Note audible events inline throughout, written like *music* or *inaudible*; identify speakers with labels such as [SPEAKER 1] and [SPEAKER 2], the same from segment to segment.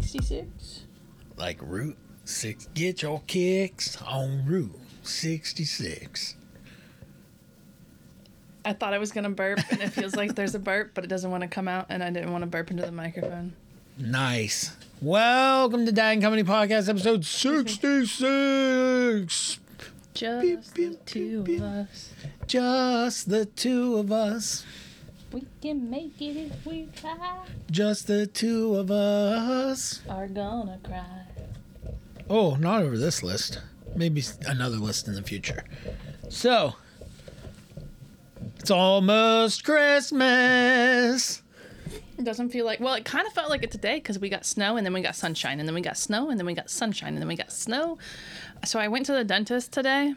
[SPEAKER 1] 66.
[SPEAKER 2] like Route Six. Get your kicks on Route 66.
[SPEAKER 1] I thought I was going to burp, and it feels like there's a burp, but it doesn't want to come out, and I didn't want to burp into the microphone.
[SPEAKER 2] Nice. Welcome to Dying Company Podcast, episode 66.
[SPEAKER 1] Just
[SPEAKER 2] Beep,
[SPEAKER 1] the
[SPEAKER 2] beep,
[SPEAKER 1] two
[SPEAKER 2] beep,
[SPEAKER 1] of us.
[SPEAKER 2] Just the two of us.
[SPEAKER 1] We can make it if we try.
[SPEAKER 2] Just the two of us.
[SPEAKER 1] Are gonna cry.
[SPEAKER 2] Oh, not over this list. Maybe s- another list in the future. So, it's almost Christmas.
[SPEAKER 1] It doesn't feel like, well, it kind of felt like it today because we got snow and then we got sunshine and then we got snow and then we got sunshine and then we got snow. So I went to the dentist today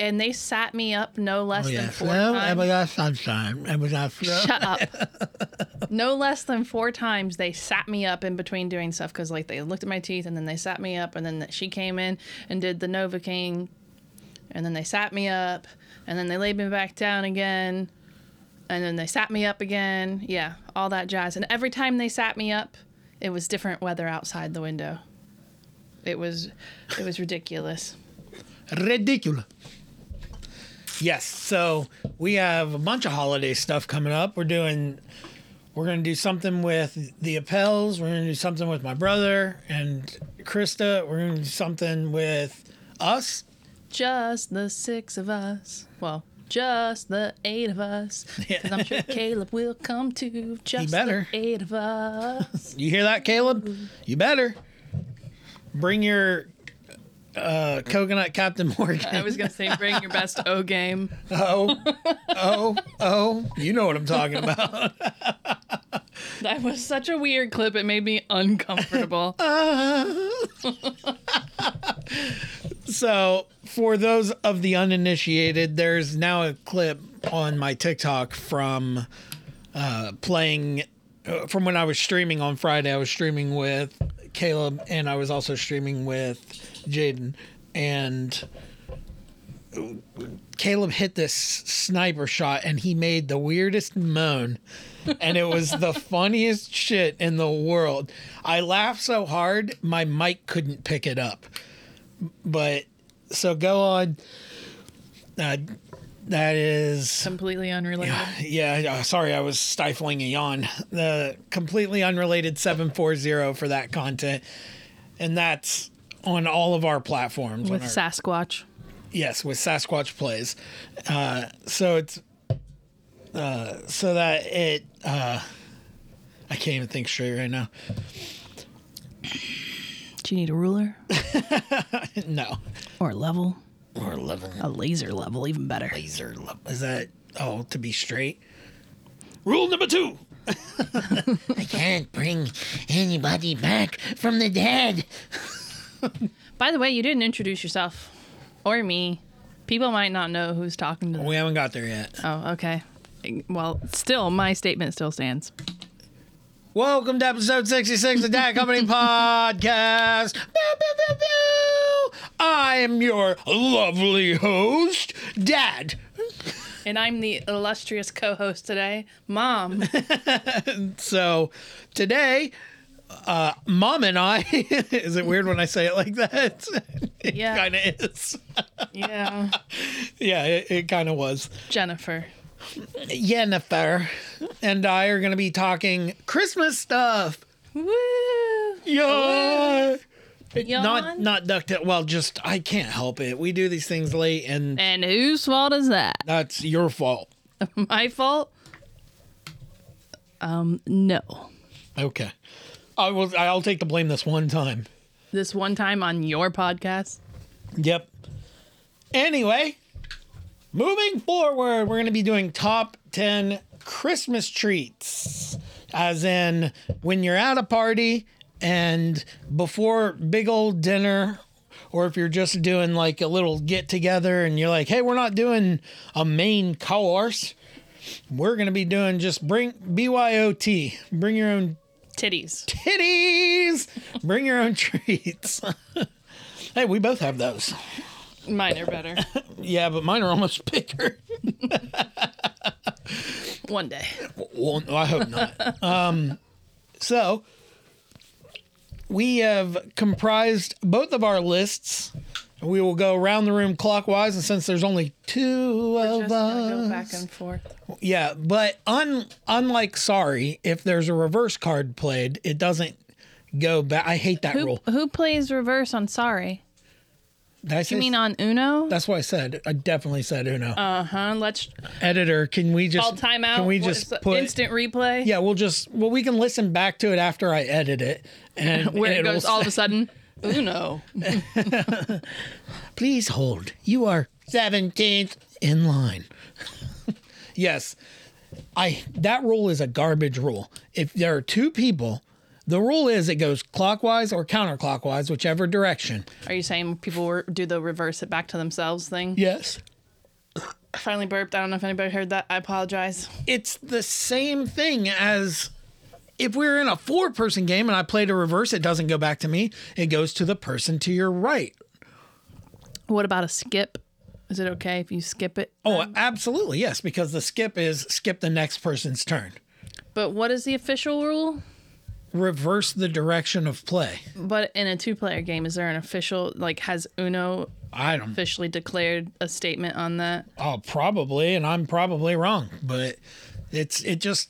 [SPEAKER 1] and they sat me up no less
[SPEAKER 2] Oh,
[SPEAKER 1] than
[SPEAKER 2] yeah.
[SPEAKER 1] four
[SPEAKER 2] Well, and we got
[SPEAKER 1] times.
[SPEAKER 2] sunshine. And we got snow.
[SPEAKER 1] Shut up. no less than four times they sat me up in between doing stuff because, like, they looked at my teeth and then they sat me up and then she came in and did the Novocaine and then they sat me up and then they laid me back down again and then they sat me up again. Yeah, all that jazz. And every time they sat me up, it was different weather outside the window. It was, it was ridiculous.
[SPEAKER 2] *laughs* Ridiculous. Yes, so we have a bunch of holiday stuff coming up. We're doing, we're gonna do something with the Appels. We're gonna do something with my brother and Krista. We're gonna do something with us.
[SPEAKER 1] just the six of us. Well, just the eight
[SPEAKER 2] *laughs*
[SPEAKER 1] of us. Because I'm sure Caleb will come too. Just
[SPEAKER 2] better.
[SPEAKER 1] the eight of us.
[SPEAKER 2] You hear that, Caleb?
[SPEAKER 1] Mm-hmm.
[SPEAKER 2] You better bring your uh, coconut, Captain *laughs* Morgan.
[SPEAKER 1] I was gonna say, bring your best O game.
[SPEAKER 2] oh, oh, oh! You know what I'm
[SPEAKER 1] *laughs*
[SPEAKER 2] talking about.
[SPEAKER 1] That was such a weird clip. It made me
[SPEAKER 2] *laughs*
[SPEAKER 1] uncomfortable.
[SPEAKER 2] *laughs* So, for those of the uninitiated, there's now a clip on my TikTok from uh, playing uh, from when I was streaming on Friday. I was streaming with Caleb and I was also streaming with Jaden. And Caleb hit this sniper shot and he made the weirdest moan. And it was the *laughs* funniest shit in the world. I laughed so hard, my mic couldn't pick it up but so go on. Uh, that is
[SPEAKER 1] Completely unrelated.
[SPEAKER 2] yeah. yeah, Sorry, I was stifling a yawn. The completely unrelated seven four zero for that content, and that's on all of our platforms.
[SPEAKER 1] With
[SPEAKER 2] on our,
[SPEAKER 1] Sasquatch.
[SPEAKER 2] yes, with Sasquatch plays. Uh, so it's uh, so that it. Uh, I can't even think straight right now.
[SPEAKER 1] Do you need a ruler
[SPEAKER 2] No,
[SPEAKER 1] or a level?
[SPEAKER 2] or eleven
[SPEAKER 1] A laser level, even better.
[SPEAKER 2] laser level. Is that oh to be straight? Rule number two. *laughs* I can't bring anybody back from the dead.
[SPEAKER 1] By the way, you didn't introduce yourself or me. People might not know who's talking to them.
[SPEAKER 2] We haven't got there yet.
[SPEAKER 1] Oh, okay. Well, still, my statement still stands.
[SPEAKER 2] Welcome to episode 66 of Dad
[SPEAKER 1] *laughs*
[SPEAKER 2] Company Podcast. Pew, pew, pew, pew. I am your lovely host, Dad.
[SPEAKER 1] And I'm the illustrious co host today,
[SPEAKER 2] *laughs*
[SPEAKER 1] Mom.
[SPEAKER 2] So today, uh, Mom and I, *laughs* is it weird when I say it like that? *laughs* it
[SPEAKER 1] Yeah.
[SPEAKER 2] kind of is.
[SPEAKER 1] yeah.
[SPEAKER 2] Yeah, it, it kind of was.
[SPEAKER 1] Jennifer.
[SPEAKER 2] Jennifer and I are going to be talking Christmas stuff.
[SPEAKER 1] Woo!
[SPEAKER 2] Yeah. Not
[SPEAKER 1] Oh, Yawn.
[SPEAKER 2] not duck tail. Well, just I can't help it. We do these things late, and
[SPEAKER 1] and whose fault is that?
[SPEAKER 2] that's your fault.
[SPEAKER 1] My fault? Um, no.
[SPEAKER 2] Okay, I will. I'll take the blame this one time.
[SPEAKER 1] This one time on your podcast?
[SPEAKER 2] Yep. Anyway, moving forward, we're going to be doing top 10 Christmas treats. As in, when you're at a party and before big old dinner, or if you're just doing like a little get together and you're like, hey, we're not doing a main course. We're going to be doing just bring BYOT, bring your own
[SPEAKER 1] Titties.
[SPEAKER 2] titties, bring your own treats. *laughs* hey, we both have those.
[SPEAKER 1] Mine
[SPEAKER 2] *laughs*
[SPEAKER 1] are better.
[SPEAKER 2] Yeah, but mine are almost *laughs* bigger.
[SPEAKER 1] one day.
[SPEAKER 2] well, I hope not. um, so we have comprised both of our lists. We will go around the room clockwise, and since there's only 2
[SPEAKER 1] Just
[SPEAKER 2] of
[SPEAKER 1] gonna go
[SPEAKER 2] us,
[SPEAKER 1] back and forth.
[SPEAKER 2] yeah. But un, unlike sorry, if there's a reverse card played, it doesn't go back. I hate that
[SPEAKER 1] Who
[SPEAKER 2] rule.
[SPEAKER 1] who plays reverse on Sorry?
[SPEAKER 2] Did I say,
[SPEAKER 1] You mean on Uno?
[SPEAKER 2] that's what I said. I definitely said Uno.
[SPEAKER 1] Uh huh. Let's
[SPEAKER 2] Editor, can we just
[SPEAKER 1] call timeout.
[SPEAKER 2] Can we
[SPEAKER 1] What
[SPEAKER 2] just
[SPEAKER 1] is the-
[SPEAKER 2] put
[SPEAKER 1] instant replay?
[SPEAKER 2] Yeah, we'll just well we can listen back to it after I edit it, and
[SPEAKER 1] *laughs* Where it
[SPEAKER 2] it'll
[SPEAKER 1] goes
[SPEAKER 2] say-
[SPEAKER 1] all of a sudden. Uno.
[SPEAKER 2] *laughs* Please hold. You are 17th in line. *laughs* yes. I that rule is a garbage rule. If there are two people, the rule is it goes clockwise or counterclockwise, whichever direction.
[SPEAKER 1] Are you saying people were, do the reverse it back to themselves thing?
[SPEAKER 2] Yes.
[SPEAKER 1] I finally burped. I don't know if anybody heard that. I apologize.
[SPEAKER 2] It's the same thing as if we were in a four person game and I played a reverse, it doesn't go back to me. It goes to the person to your right.
[SPEAKER 1] What about a skip? Is it okay if you skip it?
[SPEAKER 2] Oh, absolutely. Yes, because the skip is skip the next person's turn.
[SPEAKER 1] But what is the official rule?
[SPEAKER 2] Reverse the direction of play.
[SPEAKER 1] But in a two player game, is there an official, like, has Uno
[SPEAKER 2] I don't
[SPEAKER 1] officially declared a statement on that?
[SPEAKER 2] Oh, probably, and I'm probably wrong, but it's it just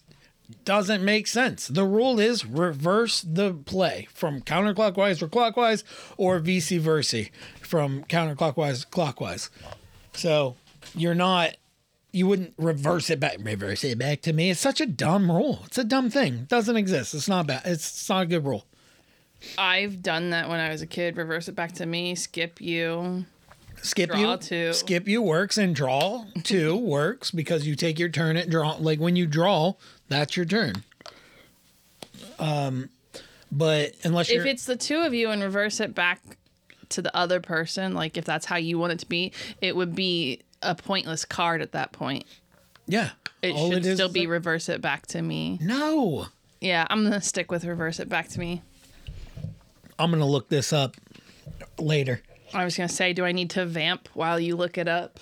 [SPEAKER 2] doesn't make sense. The rule is reverse the play from counterclockwise or clockwise, or vice versa from counterclockwise to clockwise. So you're not you wouldn't reverse it back reverse it back to me. It's such a dumb rule. It's a dumb thing. It doesn't exist. It's not bad. It's, it's not a good rule.
[SPEAKER 1] I've done that when I was a kid. Reverse it back to me, skip you.
[SPEAKER 2] skip
[SPEAKER 1] Draw
[SPEAKER 2] you
[SPEAKER 1] two.
[SPEAKER 2] skip you works and
[SPEAKER 1] *laughs*
[SPEAKER 2] draw two works because you take your turn at draw like when you draw that's your turn um but unless you're
[SPEAKER 1] If it's the two of you and reverse it back to the other person, like, if that's how you want it to be, it would be a pointless card at that point.
[SPEAKER 2] yeah
[SPEAKER 1] It
[SPEAKER 2] all
[SPEAKER 1] should
[SPEAKER 2] is
[SPEAKER 1] still
[SPEAKER 2] is
[SPEAKER 1] be
[SPEAKER 2] a-
[SPEAKER 1] reverse it back to me.
[SPEAKER 2] no
[SPEAKER 1] Yeah, I'm gonna stick with reverse it back to me.
[SPEAKER 2] i'm gonna look this up later
[SPEAKER 1] I was gonna say, do I need to vamp while you look it up?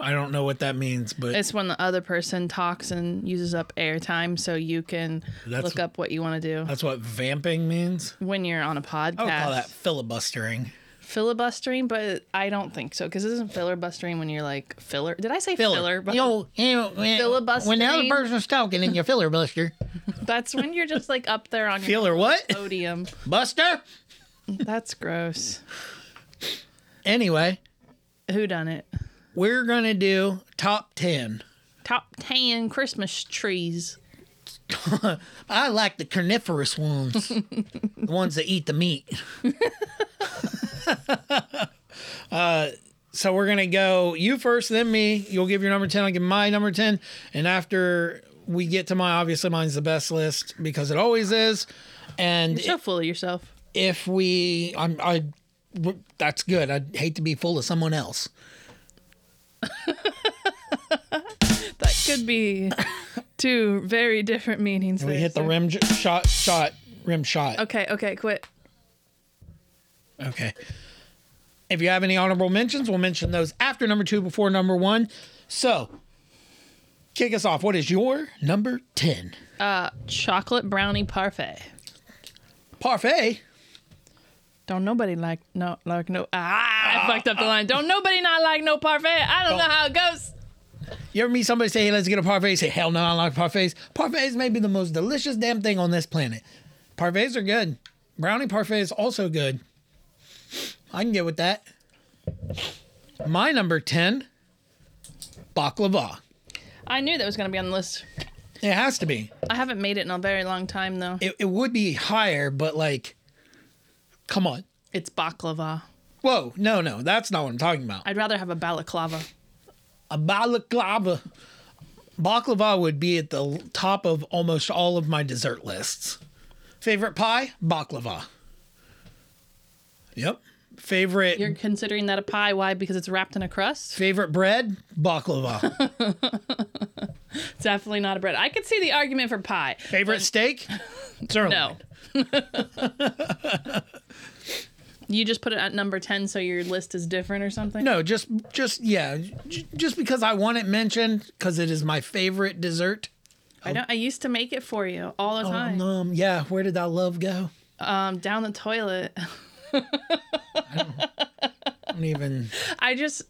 [SPEAKER 2] i don't know what that means but
[SPEAKER 1] It's when the other person talks and uses up airtime, so you can
[SPEAKER 2] That's-
[SPEAKER 1] look up what you want to do
[SPEAKER 2] that's what vamping means
[SPEAKER 1] when you're on a
[SPEAKER 2] i would call
[SPEAKER 1] podcast.
[SPEAKER 2] that filibustering
[SPEAKER 1] Filibustering, but I don't think so because isn't filibustering when you're like filler? Did I say filler? Bu-
[SPEAKER 2] Yo, yo, when- when the other
[SPEAKER 1] Filibustering.
[SPEAKER 2] person's talking and you
[SPEAKER 1] *laughs*
[SPEAKER 2] filibuster
[SPEAKER 1] That's when you're just like up there on your
[SPEAKER 2] filler what
[SPEAKER 1] podium.
[SPEAKER 2] buster
[SPEAKER 1] That's gross.
[SPEAKER 2] anyway
[SPEAKER 1] Who done it?
[SPEAKER 2] we're gonna do top 10
[SPEAKER 1] Top ten Christmas trees.
[SPEAKER 2] *laughs* I like the carnivorous ones, the ones that eat the meat. *laughs* uh, Uh, so we're gonna go you first, then me. You'll give your number ten. I'll give my number ten, and after we get to my, obviously mine's the best list because it always is. And
[SPEAKER 1] You're so full of yourself.
[SPEAKER 2] if we, I'm, I, w- that's good. I'd hate to be full of someone else.
[SPEAKER 1] That could *laughs* be two very different meanings.
[SPEAKER 2] We
[SPEAKER 1] there,
[SPEAKER 2] hit the
[SPEAKER 1] sir.
[SPEAKER 2] rim j- shot, shot, rim shot.
[SPEAKER 1] Okay, okay, quit.
[SPEAKER 2] Okay. If you have any honorable mentions, we'll mention those after number two, before number one. So, kick us off. What is your number 10?
[SPEAKER 1] Uh, Chocolate brownie parfait.
[SPEAKER 2] Parfait.
[SPEAKER 1] Don't nobody like no like no ah I fucked up the line. Don't nobody not like no parfait. I don't, know how it goes.
[SPEAKER 2] You ever meet somebody say, hey, let's get a parfait? Say, hell no, I don't like parfaits. Parfaits may be the most delicious damn thing on this planet. Parfaits are good. Brownie parfait is also good. I can get with that. My number 10, baklava.
[SPEAKER 1] I knew that was gonna be on the list.
[SPEAKER 2] It has to be.
[SPEAKER 1] I haven't made it in a very long time though.
[SPEAKER 2] It, it would be higher, but like, come on.
[SPEAKER 1] It's baklava.
[SPEAKER 2] Whoa, no, no, that's not what I'm talking about.
[SPEAKER 1] I'd rather have a balaclava.
[SPEAKER 2] A balaclava. Baklava would be at the l- top of almost all of my dessert lists. Favorite pie? Baklava. Yep. Favorite
[SPEAKER 1] You're considering that a pie? Why? Because it's wrapped in a crust.
[SPEAKER 2] favorite bread?
[SPEAKER 1] *laughs*
[SPEAKER 2] Baklava.
[SPEAKER 1] It's definitely not a bread. I could see the argument for pie.
[SPEAKER 2] favorite steak? Sirloin.
[SPEAKER 1] No. *laughs* you just put it at number ten, so your list is different or something.
[SPEAKER 2] No, just just yeah, j- just because I want it mentioned cuz it is my favorite dessert.
[SPEAKER 1] I don't. I used to make it for you all the
[SPEAKER 2] Um,
[SPEAKER 1] time.
[SPEAKER 2] um, yeah, where did that love go?
[SPEAKER 1] um, down the toilet. *laughs*
[SPEAKER 2] I don't even.
[SPEAKER 1] I just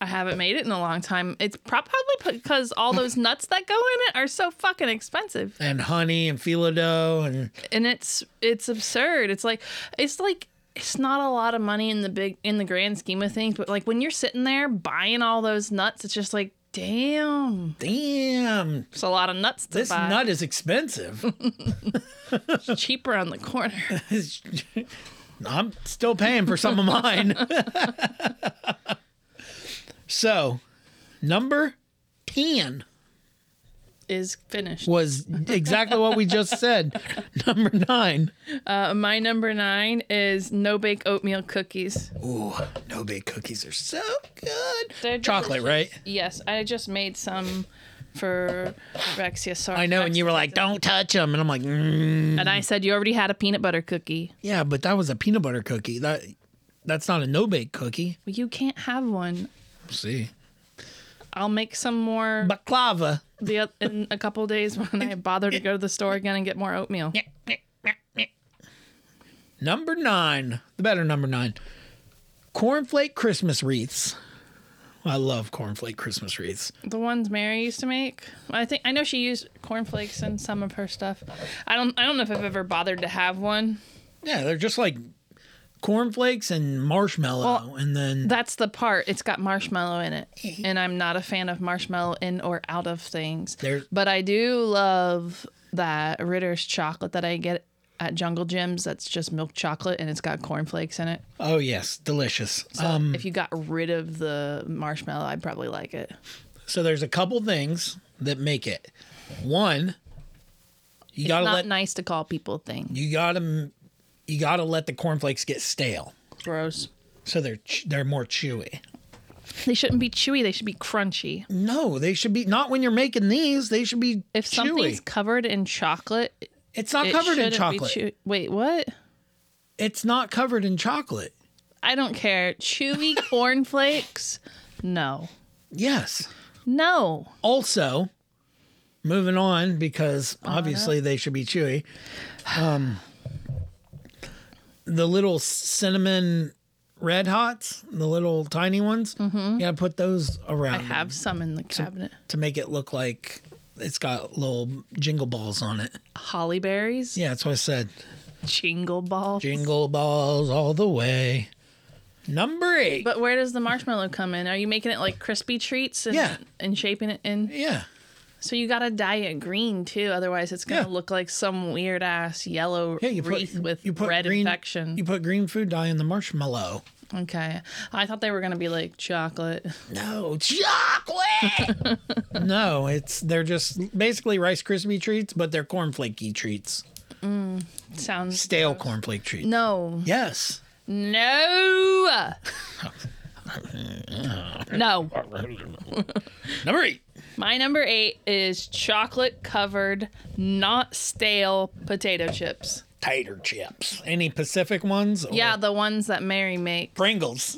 [SPEAKER 1] I haven't made it in a long time. It's prob- probably because all those nuts that go in it are so fucking expensive,
[SPEAKER 2] And honey and filo dough and
[SPEAKER 1] and it's it's absurd. It's like it's like it's not a lot of money in the big in the grand scheme of things, but like when you're sitting there buying all those nuts, it's just like damn,
[SPEAKER 2] damn,
[SPEAKER 1] it's a lot of nuts to
[SPEAKER 2] this
[SPEAKER 1] buy.
[SPEAKER 2] nut is expensive. *laughs*
[SPEAKER 1] cheaper on the corner.
[SPEAKER 2] I'm still paying for some of mine. *laughs* so, number 10
[SPEAKER 1] is finished.
[SPEAKER 2] was exactly what we just said. *laughs* Number nine.
[SPEAKER 1] Uh, my number nine is no bake oatmeal cookies.
[SPEAKER 2] Ooh, no bake cookies are so good.
[SPEAKER 1] They're
[SPEAKER 2] Chocolate, right?
[SPEAKER 1] delicious. Yes, I just made some for Rexia. Sorry,
[SPEAKER 2] I know. And you were like, don't touch them. And I'm like, mm,
[SPEAKER 1] And I said you already had a peanut butter cookie.
[SPEAKER 2] yeah, but that was a peanut butter cookie. That That's not a no bake cookie.
[SPEAKER 1] Well, you can't have one.
[SPEAKER 2] See.
[SPEAKER 1] I'll make some more
[SPEAKER 2] Baklava.
[SPEAKER 1] the oth- in a couple days when I bother to go to the store again and get more oatmeal.
[SPEAKER 2] Number nine, the better number nine, cornflake Christmas wreaths. I love cornflake Christmas wreaths.
[SPEAKER 1] The ones Mary used to make. I think I know she used cornflakes in some of her stuff. I don't. I don't know if I've ever bothered to have one.
[SPEAKER 2] Yeah, they're just like cornflakes and marshmallow, and then
[SPEAKER 1] That's the part. It's got marshmallow in it.
[SPEAKER 2] Mm-hmm.
[SPEAKER 1] And I'm not a fan of marshmallow in or out of things.
[SPEAKER 2] There-
[SPEAKER 1] But I do love that Ritter's chocolate that I get at Jungle Gyms that's just milk chocolate and it's got cornflakes in it.
[SPEAKER 2] oh yes, delicious. Uh,
[SPEAKER 1] So if you got rid of the marshmallow, I'd probably like it.
[SPEAKER 2] So there's a couple things that make it. One, you gotta
[SPEAKER 1] Not
[SPEAKER 2] let
[SPEAKER 1] nice to call people things.
[SPEAKER 2] you gotta you gotta let the cornflakes get stale,
[SPEAKER 1] Gross.
[SPEAKER 2] so they're ch- they're more chewy.
[SPEAKER 1] They shouldn't be chewy, they should be crunchy.
[SPEAKER 2] No, they should be not when you're making these. They should be
[SPEAKER 1] If something's
[SPEAKER 2] chewy.
[SPEAKER 1] covered in chocolate,
[SPEAKER 2] It's not
[SPEAKER 1] it
[SPEAKER 2] covered in
[SPEAKER 1] shouldn't be
[SPEAKER 2] chocolate.
[SPEAKER 1] chew- Wait, what?
[SPEAKER 2] It's not covered in chocolate.
[SPEAKER 1] I don't care.
[SPEAKER 2] *laughs*
[SPEAKER 1] Chewy cornflakes? No.
[SPEAKER 2] Yes.
[SPEAKER 1] No.
[SPEAKER 2] Also, moving on because obviously they should be chewy. Um, the little cinnamon red hots, the little tiny ones, you gotta put those around
[SPEAKER 1] Mm-hmm. I have some in the cabinet.
[SPEAKER 2] to make it look like it's got little jingle balls on it.
[SPEAKER 1] Holly berries,
[SPEAKER 2] Yeah, that's what I said.
[SPEAKER 1] jingle ball.
[SPEAKER 2] Jingle balls all the way. Number eight.
[SPEAKER 1] But where does the marshmallow come in? Are you making it like crispy treats and,
[SPEAKER 2] Yeah.
[SPEAKER 1] and shaping it in?
[SPEAKER 2] yeah.
[SPEAKER 1] So you got to dye it green too, otherwise it's gonna
[SPEAKER 2] Yeah.
[SPEAKER 1] look like some weird ass yellow
[SPEAKER 2] Yeah, you
[SPEAKER 1] wreath
[SPEAKER 2] put
[SPEAKER 1] with
[SPEAKER 2] you put
[SPEAKER 1] red
[SPEAKER 2] green,
[SPEAKER 1] infection.
[SPEAKER 2] You put green food dye in the marshmallow.
[SPEAKER 1] okay, I thought they were gonna be like chocolate. *laughs*
[SPEAKER 2] No chocolate. *laughs* no, it's they're just basically Rice Krispie treats, but they're cornflakey treats,
[SPEAKER 1] Sounds
[SPEAKER 2] stale cornflake treats.
[SPEAKER 1] no,
[SPEAKER 2] Yes. *laughs*
[SPEAKER 1] no, no.
[SPEAKER 2] Number eight.
[SPEAKER 1] My number eight is chocolate covered, not stale potato chips.
[SPEAKER 2] Tater chips. Any Pacific ones? or
[SPEAKER 1] Yeah, the ones that Mary makes. *laughs*
[SPEAKER 2] Pringles.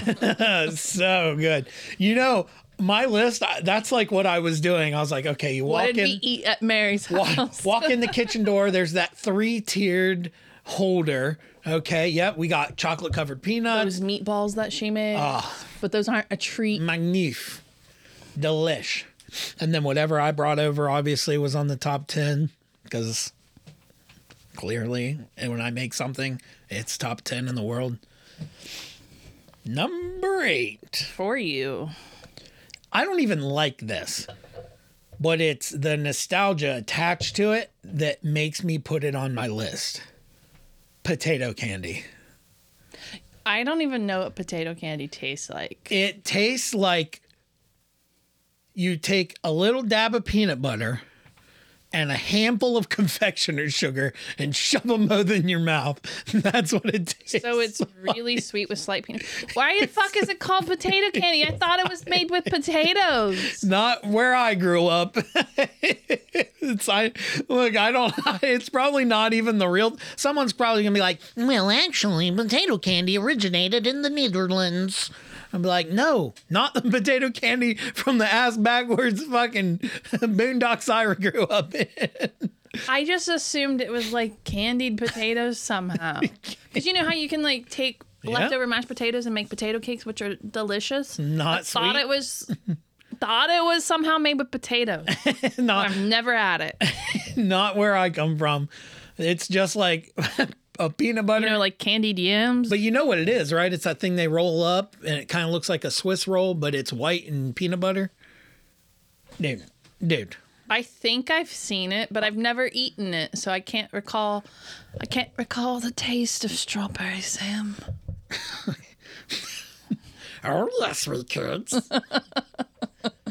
[SPEAKER 2] *laughs* so good. You know, my list. I- That's like what I was doing. I was like, okay, you walk
[SPEAKER 1] What did
[SPEAKER 2] in.
[SPEAKER 1] we eat at Mary's
[SPEAKER 2] walk,
[SPEAKER 1] *laughs* house?
[SPEAKER 2] walk in the kitchen door. There's that three tiered holder. Okay. Yep. We got chocolate covered peanuts.
[SPEAKER 1] Those meatballs that she made. but those aren't a treat.
[SPEAKER 2] Magnif. Delish. And then whatever I brought over obviously was on the top 10 because clearly and when I make something, it's top 10 in the world. Number eight.
[SPEAKER 1] For you.
[SPEAKER 2] I don't even like this, but it's the nostalgia attached to it that makes me put it on my list. Potato candy.
[SPEAKER 1] I don't even know what potato candy tastes like.
[SPEAKER 2] It tastes like you take a little dab of peanut butter and a handful of *laughs* confectioner's sugar and shove them both in your mouth. *laughs* That's what it tastes. *laughs*
[SPEAKER 1] So it's really sweet with slight peanut. Why the fuck is it called potato candy? I thought it was made with potatoes.
[SPEAKER 2] not where I grew up. *laughs* it's I look, I don't. *laughs* It's probably not even the real. Someone's probably gonna be like, "Well, actually, potato candy originated in the Netherlands." I'm like, no, not the *laughs* potato *laughs* candy from the ass backwards fucking boondocks I grew up in. *laughs*
[SPEAKER 1] I just assumed it was like candied
[SPEAKER 2] *laughs*
[SPEAKER 1] potatoes somehow. Because you know how you can like take
[SPEAKER 2] Yeah.
[SPEAKER 1] leftover mashed potatoes and make potato cakes, which are delicious.
[SPEAKER 2] Not
[SPEAKER 1] Thought
[SPEAKER 2] Mm-hmm. sweet. *laughs*
[SPEAKER 1] it was. Thought it was somehow made with potatoes.
[SPEAKER 2] not
[SPEAKER 1] I've never had it.
[SPEAKER 2] not where I come from. It's just like *laughs* a peanut butter.
[SPEAKER 1] You know, like candied yams.
[SPEAKER 2] but you know what it is, right? It's that thing they roll up and it kind of looks like a Swiss roll, but it's white and peanut butter. Dude, dude.
[SPEAKER 1] I think I've seen it, but I've never eaten it, so I can't recall. I can't recall the taste of
[SPEAKER 2] *laughs*
[SPEAKER 1] strawberry Sam.
[SPEAKER 2] Oh, yes, we kids.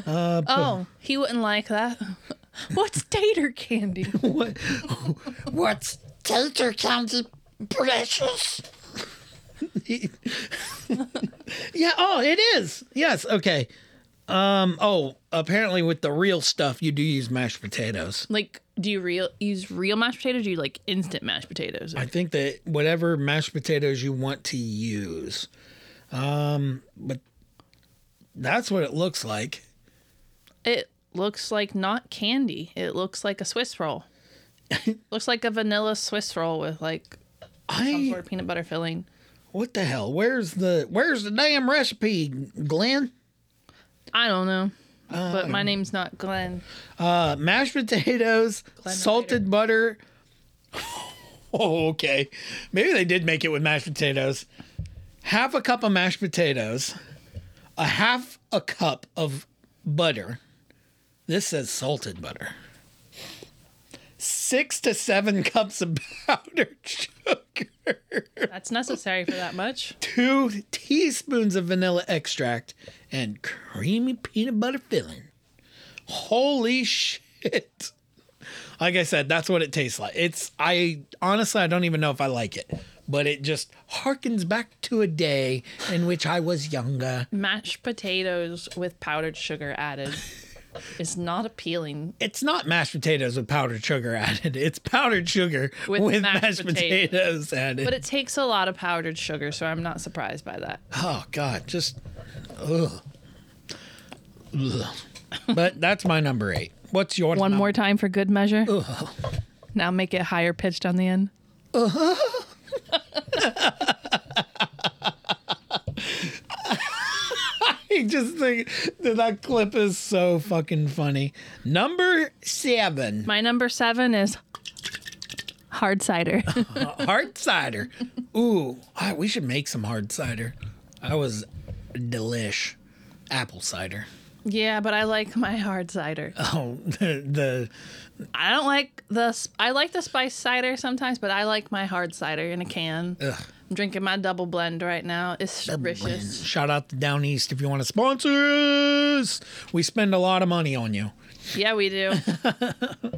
[SPEAKER 1] Oh, he wouldn't like that. *laughs* What's
[SPEAKER 2] *laughs*
[SPEAKER 1] tater candy?
[SPEAKER 2] *laughs* what? What's tater candy *laughs* precious? yeah. Oh, it is. Yes. Okay. Um. Oh, apparently with the real stuff, you do use mashed potatoes.
[SPEAKER 1] Like, do you real use real mashed potatoes? Or do you like instant mashed potatoes?
[SPEAKER 2] I think that whatever mashed potatoes you want to use, um, but that's what it looks like.
[SPEAKER 1] It looks like not candy. It looks like a Swiss roll. looks like a vanilla Swiss roll with like some
[SPEAKER 2] I
[SPEAKER 1] sort of peanut butter filling.
[SPEAKER 2] what the hell? Where's the where's the damn recipe, Glenn?
[SPEAKER 1] I don't know, but my name's not Glenn.
[SPEAKER 2] Uh, mashed potatoes, salted butter. *laughs* Oh, okay. Maybe they did make it with mashed potatoes. Half a cup of mashed potatoes, a half a cup of butter. This says salted butter. Six to seven *laughs* cups of powdered sugar,
[SPEAKER 1] That's necessary for that much.
[SPEAKER 2] two teaspoons of vanilla extract, and creamy peanut butter filling. Holy shit. Like I said, that's what it tastes like. It's I honestly I don't even know if I like it, but it just harkens back to a day in which I was younger.
[SPEAKER 1] mashed potatoes with powdered sugar added is not appealing.
[SPEAKER 2] It's not mashed potatoes with powdered sugar added. It's powdered sugar with,
[SPEAKER 1] With
[SPEAKER 2] mashed,
[SPEAKER 1] mashed
[SPEAKER 2] potatoes. added.
[SPEAKER 1] But it takes a lot of powdered sugar, so I'm not surprised by that.
[SPEAKER 2] oh god, just ugh. Ugh. But that's my number 8. What's your
[SPEAKER 1] One
[SPEAKER 2] number?
[SPEAKER 1] more time for good measure. Now make it higher pitched on the end.
[SPEAKER 2] *laughs* I just think that that clip is so fucking funny. Number 7.
[SPEAKER 1] My number seven is hard cider.
[SPEAKER 2] hard cider. Ooh, I, we should make some hard cider. I was delish. Apple cider. *laughs*
[SPEAKER 1] yeah, but I like my hard cider.
[SPEAKER 2] Oh, the,
[SPEAKER 1] I don't like the. sp- I like the spice cider sometimes, but I like my hard cider in a can.
[SPEAKER 2] the ugh,
[SPEAKER 1] I'm drinking my double blend right now. It's delicious.
[SPEAKER 2] shout out to Down East if you want to sponsor us. We spend a lot of money on you.
[SPEAKER 1] Yeah, we do.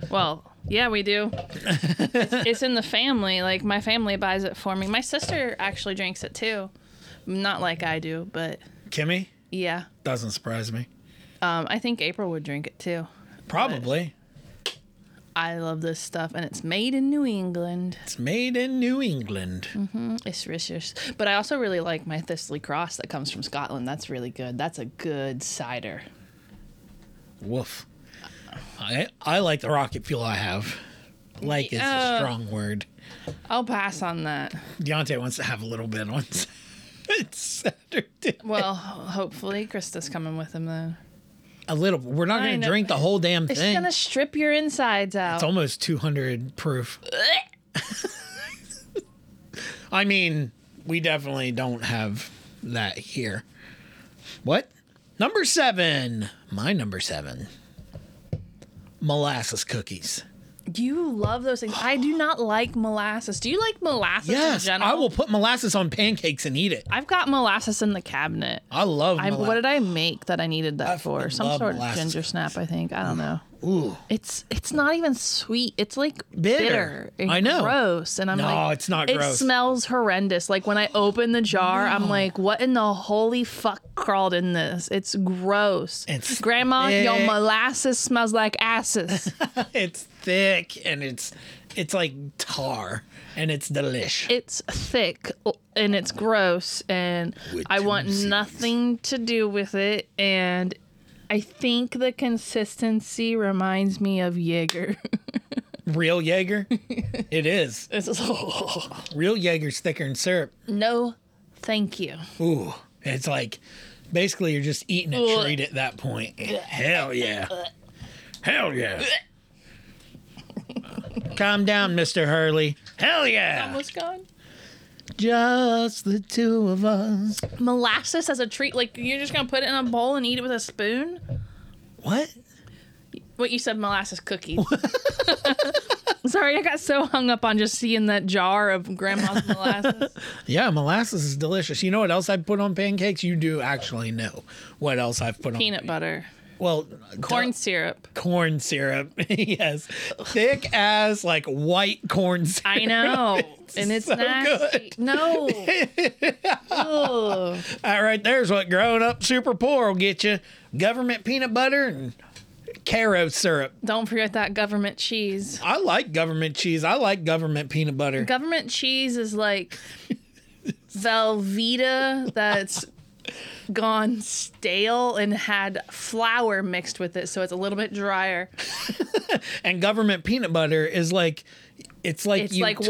[SPEAKER 1] well, yeah, we do. It's, it's in the family. Like my family buys it for me. My sister actually drinks it too. Not like I do, but
[SPEAKER 2] Kimmy
[SPEAKER 1] yeah.
[SPEAKER 2] doesn't surprise me.
[SPEAKER 1] Um, I think April would drink it too.
[SPEAKER 2] Probably.
[SPEAKER 1] I love this stuff, and it's made in New England.
[SPEAKER 2] It's made in New England.
[SPEAKER 1] It's delicious. But I also really like my Thistle Cross that comes from Scotland. That's really good. That's a good cider.
[SPEAKER 2] Woof. I I like the rocket fuel I have. Like is a
[SPEAKER 1] Yeah.
[SPEAKER 2] strong word.
[SPEAKER 1] I'll pass on that.
[SPEAKER 2] Deontay wants to have a little bit on *laughs* Saturday.
[SPEAKER 1] Well, hopefully Krista's coming with him though.
[SPEAKER 2] A little. We're not
[SPEAKER 1] I
[SPEAKER 2] going to
[SPEAKER 1] know.
[SPEAKER 2] drink the whole damn
[SPEAKER 1] It's
[SPEAKER 2] thing.
[SPEAKER 1] gonna strip your insides out.
[SPEAKER 2] It's almost 200
[SPEAKER 1] *laughs*
[SPEAKER 2] proof. I mean, we definitely don't have that here. What? Number seven. My number seven. Molasses cookies.
[SPEAKER 1] You love those things. I do not like molasses. Do you like molasses
[SPEAKER 2] Yes,
[SPEAKER 1] in general?
[SPEAKER 2] I will put molasses on pancakes and eat it.
[SPEAKER 1] I've got molasses in the cabinet.
[SPEAKER 2] I love
[SPEAKER 1] I,
[SPEAKER 2] molasses.
[SPEAKER 1] what did I make that I needed that for?
[SPEAKER 2] fucking
[SPEAKER 1] Some
[SPEAKER 2] love
[SPEAKER 1] sort
[SPEAKER 2] molasses.
[SPEAKER 1] of ginger snap, I think. I don't know.
[SPEAKER 2] Ooh,
[SPEAKER 1] It's it's not even sweet. It's like
[SPEAKER 2] Bitter.
[SPEAKER 1] bitter. and
[SPEAKER 2] I know.
[SPEAKER 1] Gross. And I'm
[SPEAKER 2] No,
[SPEAKER 1] like,
[SPEAKER 2] it's not
[SPEAKER 1] It
[SPEAKER 2] gross.
[SPEAKER 1] smells horrendous. Like when I open the jar, I'm like, what in the holy fuck crawled in this? It's gross.
[SPEAKER 2] It's
[SPEAKER 1] Grandma, your
[SPEAKER 2] thick.
[SPEAKER 1] molasses smells like
[SPEAKER 2] *laughs*
[SPEAKER 1] asses.
[SPEAKER 2] it's thick and it's it's like tar and it's delish.
[SPEAKER 1] it's thick and it's gross and
[SPEAKER 2] With
[SPEAKER 1] I want
[SPEAKER 2] two Cs.
[SPEAKER 1] nothing to do with it and
[SPEAKER 2] *laughs*
[SPEAKER 1] I think the consistency reminds me of Jaeger. *laughs*
[SPEAKER 2] Real Jaeger? *laughs* it is.
[SPEAKER 1] It's just,
[SPEAKER 2] Real Jaeger's thicker in syrup.
[SPEAKER 1] no, thank you.
[SPEAKER 2] Ooh. It's like basically you're just eating a
[SPEAKER 1] Ugh.
[SPEAKER 2] treat at that point. Hell yeah. Hell
[SPEAKER 1] *laughs*
[SPEAKER 2] yeah. Calm down, Mr. Hurley. Hell yeah.
[SPEAKER 1] Almost gone.
[SPEAKER 2] Just the two of us.
[SPEAKER 1] Molasses as a treat, like you're just gonna put it in a bowl and eat it with a spoon.
[SPEAKER 2] What?
[SPEAKER 1] What you said, molasses *laughs* cookies. Sorry, I got so hung up on just seeing that jar of grandma's molasses.
[SPEAKER 2] Yeah, molasses is delicious. You know what else I put on pancakes? You do actually know what else I've put on
[SPEAKER 1] *laughs* Peanut butter,
[SPEAKER 2] Well,
[SPEAKER 1] corn
[SPEAKER 2] duh,
[SPEAKER 1] syrup.
[SPEAKER 2] corn syrup. *laughs* yes, thick as like white corn
[SPEAKER 1] *laughs*
[SPEAKER 2] syrup.
[SPEAKER 1] I know, and it's
[SPEAKER 2] so
[SPEAKER 1] nasty. *laughs* No. Ugh.
[SPEAKER 2] *laughs* All right, there's what growing up super poor will get you: government peanut butter and caro syrup.
[SPEAKER 1] Don't forget that government cheese.
[SPEAKER 2] I like government cheese. I like government peanut butter.
[SPEAKER 1] Government cheese is like Velveeta that's gone stale and had flour mixed with it, so it's a little bit drier.
[SPEAKER 2] and government peanut butter is like, it's like
[SPEAKER 1] It's
[SPEAKER 2] you
[SPEAKER 1] like
[SPEAKER 2] took-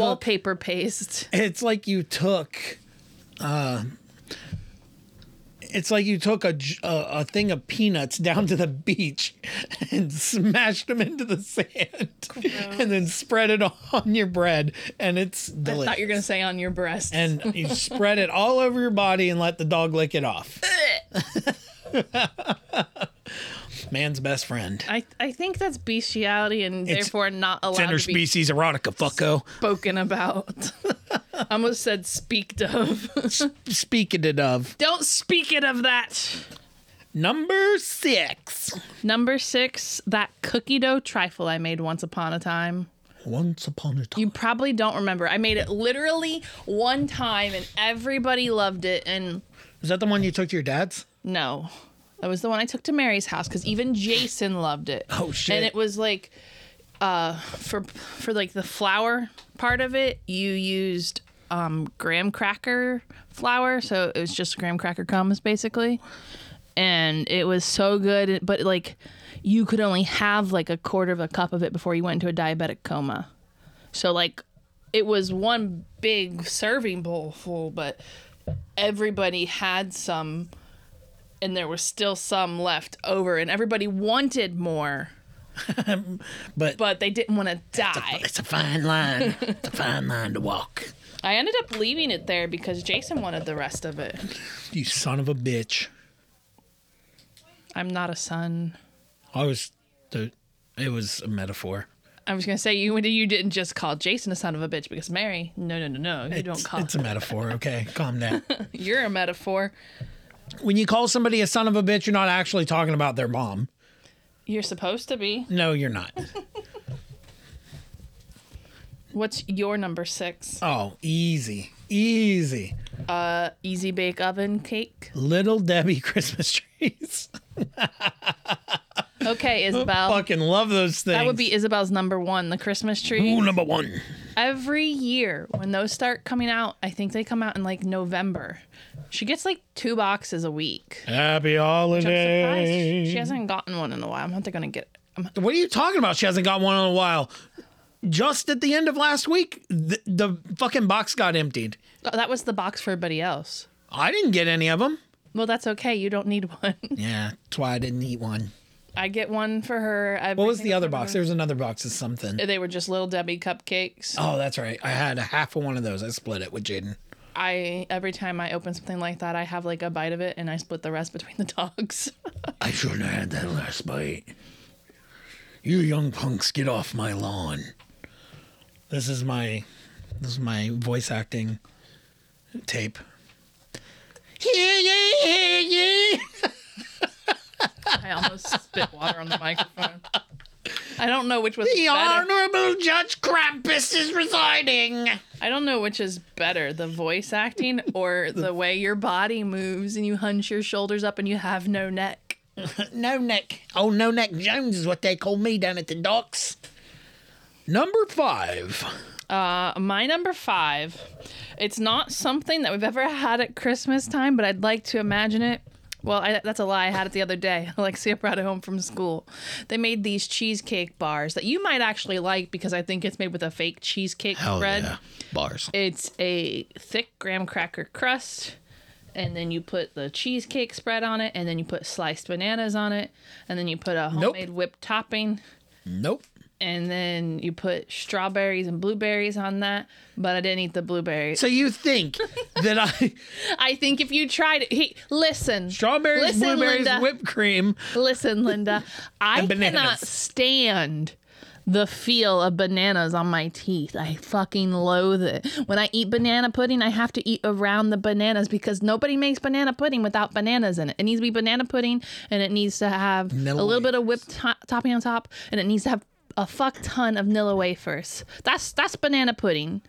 [SPEAKER 2] *laughs*
[SPEAKER 1] wallpaper paste.
[SPEAKER 2] It's like you took, uh, it's like you took a, j- a a thing of peanuts down to the beach and smashed them into the sand, and then spread it on your bread, and it's delicious.
[SPEAKER 1] I thought you were gonna say on your breast.
[SPEAKER 2] and you spread it all over your body and let the dog lick it
[SPEAKER 1] *laughs*
[SPEAKER 2] off. Man's best friend.
[SPEAKER 1] I, I think that's bestiality and therefore not allowed to be
[SPEAKER 2] Interspecies erotica, fucko.
[SPEAKER 1] spoken about. *laughs* I almost said speaked of. *laughs*
[SPEAKER 2] Speaking it of.
[SPEAKER 1] Don't speak it of that.
[SPEAKER 2] Number six.
[SPEAKER 1] Number six, that cookie dough trifle I made once upon a time.
[SPEAKER 2] Once upon a time.
[SPEAKER 1] You probably don't remember. I made it literally one time and everybody loved it. And
[SPEAKER 2] Is that the one you took to your dad's?
[SPEAKER 1] no, that was the one I took to Mary's house because even Jason loved it.
[SPEAKER 2] Oh, shit.
[SPEAKER 1] And it was like, uh, for for like the flour part of it, you used um graham cracker flour, so it was just graham cracker crumbs basically, and it was so good. But like, you could only have like a quarter of a cup of it before you went into a diabetic coma. So like it was one big serving bowl full, but everybody had some and there was still some left over and everybody wanted more,
[SPEAKER 2] *laughs* But,
[SPEAKER 1] but they didn't want to
[SPEAKER 2] *laughs*
[SPEAKER 1] die.
[SPEAKER 2] it's a fine line. it's a fine line to walk.
[SPEAKER 1] I ended up leaving it there because Jason wanted the rest of it.
[SPEAKER 2] You son of a bitch.
[SPEAKER 1] I'm not a son.
[SPEAKER 2] I was the it was a metaphor.
[SPEAKER 1] I was gonna say you you didn't just call Jason a son of a bitch because Mary, no no no no, you don't
[SPEAKER 2] It's-
[SPEAKER 1] call
[SPEAKER 2] It's a metaphor, okay? Calm down. *laughs*
[SPEAKER 1] you're a metaphor.
[SPEAKER 2] When you call somebody a son of a bitch, you're not actually talking about their mom.
[SPEAKER 1] You're supposed to be.
[SPEAKER 2] No, you're not.
[SPEAKER 1] What's your number six?
[SPEAKER 2] Oh, easy. Easy.
[SPEAKER 1] Easy bake oven cake.
[SPEAKER 2] Little Debbie Christmas *laughs* trees. *laughs* Oh,
[SPEAKER 1] Okay, Isabel.
[SPEAKER 2] Fucking love those things.
[SPEAKER 1] That would be Isabel's number one, the Christmas tree.
[SPEAKER 2] Ooh, number one.
[SPEAKER 1] Every year when those start coming out, I think they come out in like November. She gets like two boxes a week.
[SPEAKER 2] Happy
[SPEAKER 1] I'm surprised
[SPEAKER 2] holidays.
[SPEAKER 1] she hasn't gotten one in a while. I'm not gonna get. I'm,
[SPEAKER 2] What are you talking about? She hasn't got one in a while. Just at the end of last week, the, the fucking box got emptied.
[SPEAKER 1] oh, that was the box for everybody else.
[SPEAKER 2] I didn't get any of them.
[SPEAKER 1] Well, that's okay. You don't need one. *laughs*
[SPEAKER 2] Yeah, that's why I didn't eat one.
[SPEAKER 1] I get one for her.
[SPEAKER 2] What was the other box? There was another box of something.
[SPEAKER 1] They were just little Debbie cupcakes.
[SPEAKER 2] Oh, that's right. I had a half of one of those. I split it with Jaden.
[SPEAKER 1] I every time I open something like that, I have like a bite of it and I split the rest between the *laughs* dogs.
[SPEAKER 2] I shouldn't have had that last bite. You young punks, get off my lawn. This is my this is my voice acting tape. Hear ye, hear ye.
[SPEAKER 1] I almost spit water on the microphone. I don't know which was
[SPEAKER 2] The
[SPEAKER 1] better.
[SPEAKER 2] Honorable Judge Krampus is residing.
[SPEAKER 1] I don't know which is better, the voice acting
[SPEAKER 2] *laughs*
[SPEAKER 1] or the way your body moves and you hunch your shoulders up and you have no neck.
[SPEAKER 2] No neck. Oh, no neck Jones is what they call me down at the docks. Number five.
[SPEAKER 1] Uh, my number five, it's not something that we've ever had at Christmas time, but I'd like to imagine it. Well, I, that's a lie. I had it the other day. *laughs* Alexia brought it home from school. They made these cheesecake bars that you might actually like because I think it's made with a fake cheesecake
[SPEAKER 2] Hell
[SPEAKER 1] bread.
[SPEAKER 2] yeah. Bars.
[SPEAKER 1] It's a thick graham cracker crust, and then you put the cheesecake spread on it, and then you put sliced bananas on it, and then you put a homemade whipped topping,
[SPEAKER 2] Nope.
[SPEAKER 1] and then you put strawberries and blueberries on that. But I didn't eat the blueberries.
[SPEAKER 2] So you think that
[SPEAKER 1] *laughs*
[SPEAKER 2] I
[SPEAKER 1] I think if you tried it, he, listen.
[SPEAKER 2] strawberries,
[SPEAKER 1] Listen,
[SPEAKER 2] blueberries,
[SPEAKER 1] Linda.
[SPEAKER 2] whipped cream? *laughs*
[SPEAKER 1] Listen, Linda, I
[SPEAKER 2] bananas.
[SPEAKER 1] cannot stand the feel of bananas on my teeth. I fucking loathe it. When I eat banana pudding, I have to eat around the bananas because nobody makes banana pudding without bananas in it. It needs to be banana pudding and it needs to have a
[SPEAKER 2] Vanilla
[SPEAKER 1] little bit of whipped to- topping on top and it needs to have a fuck ton of Nilla wafers. That's that's banana pudding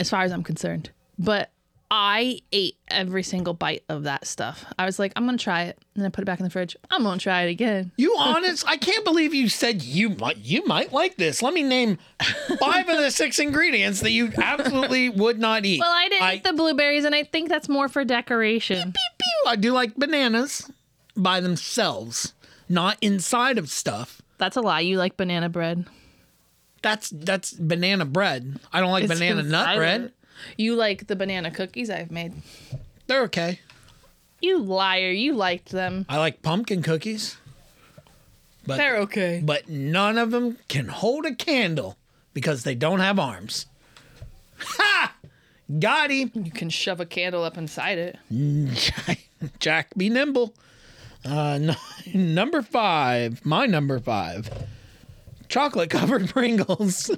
[SPEAKER 1] as far as I'm concerned. But I ate every single bite of that stuff. I was like, I'm gonna try it, and I put it back in the fridge. I'm gonna try it again.
[SPEAKER 2] You honest? I can't believe you said you might you might like this. Let me name five
[SPEAKER 1] *laughs*
[SPEAKER 2] of the six ingredients that you absolutely would not eat.
[SPEAKER 1] Well, I didn't
[SPEAKER 2] I,
[SPEAKER 1] eat the blueberries, and I think that's more for decoration.
[SPEAKER 2] Pew, I do like bananas by themselves, not inside of stuff.
[SPEAKER 1] That's a lie. You like banana bread.
[SPEAKER 2] That's that's banana bread. I don't like
[SPEAKER 1] It's
[SPEAKER 2] banana nut
[SPEAKER 1] inside of
[SPEAKER 2] bread.
[SPEAKER 1] it. You like the banana cookies I've made.
[SPEAKER 2] They're okay.
[SPEAKER 1] You liar. You liked them.
[SPEAKER 2] I like pumpkin cookies, but
[SPEAKER 1] They're okay.
[SPEAKER 2] but none of them can hold a candle because they don't have arms. *laughs* Ha! Got him. *laughs*
[SPEAKER 1] You can shove a candle up inside it.
[SPEAKER 2] Jack, be nimble. Uh, n- *laughs* number five, my number five, chocolate covered *laughs* Pringles,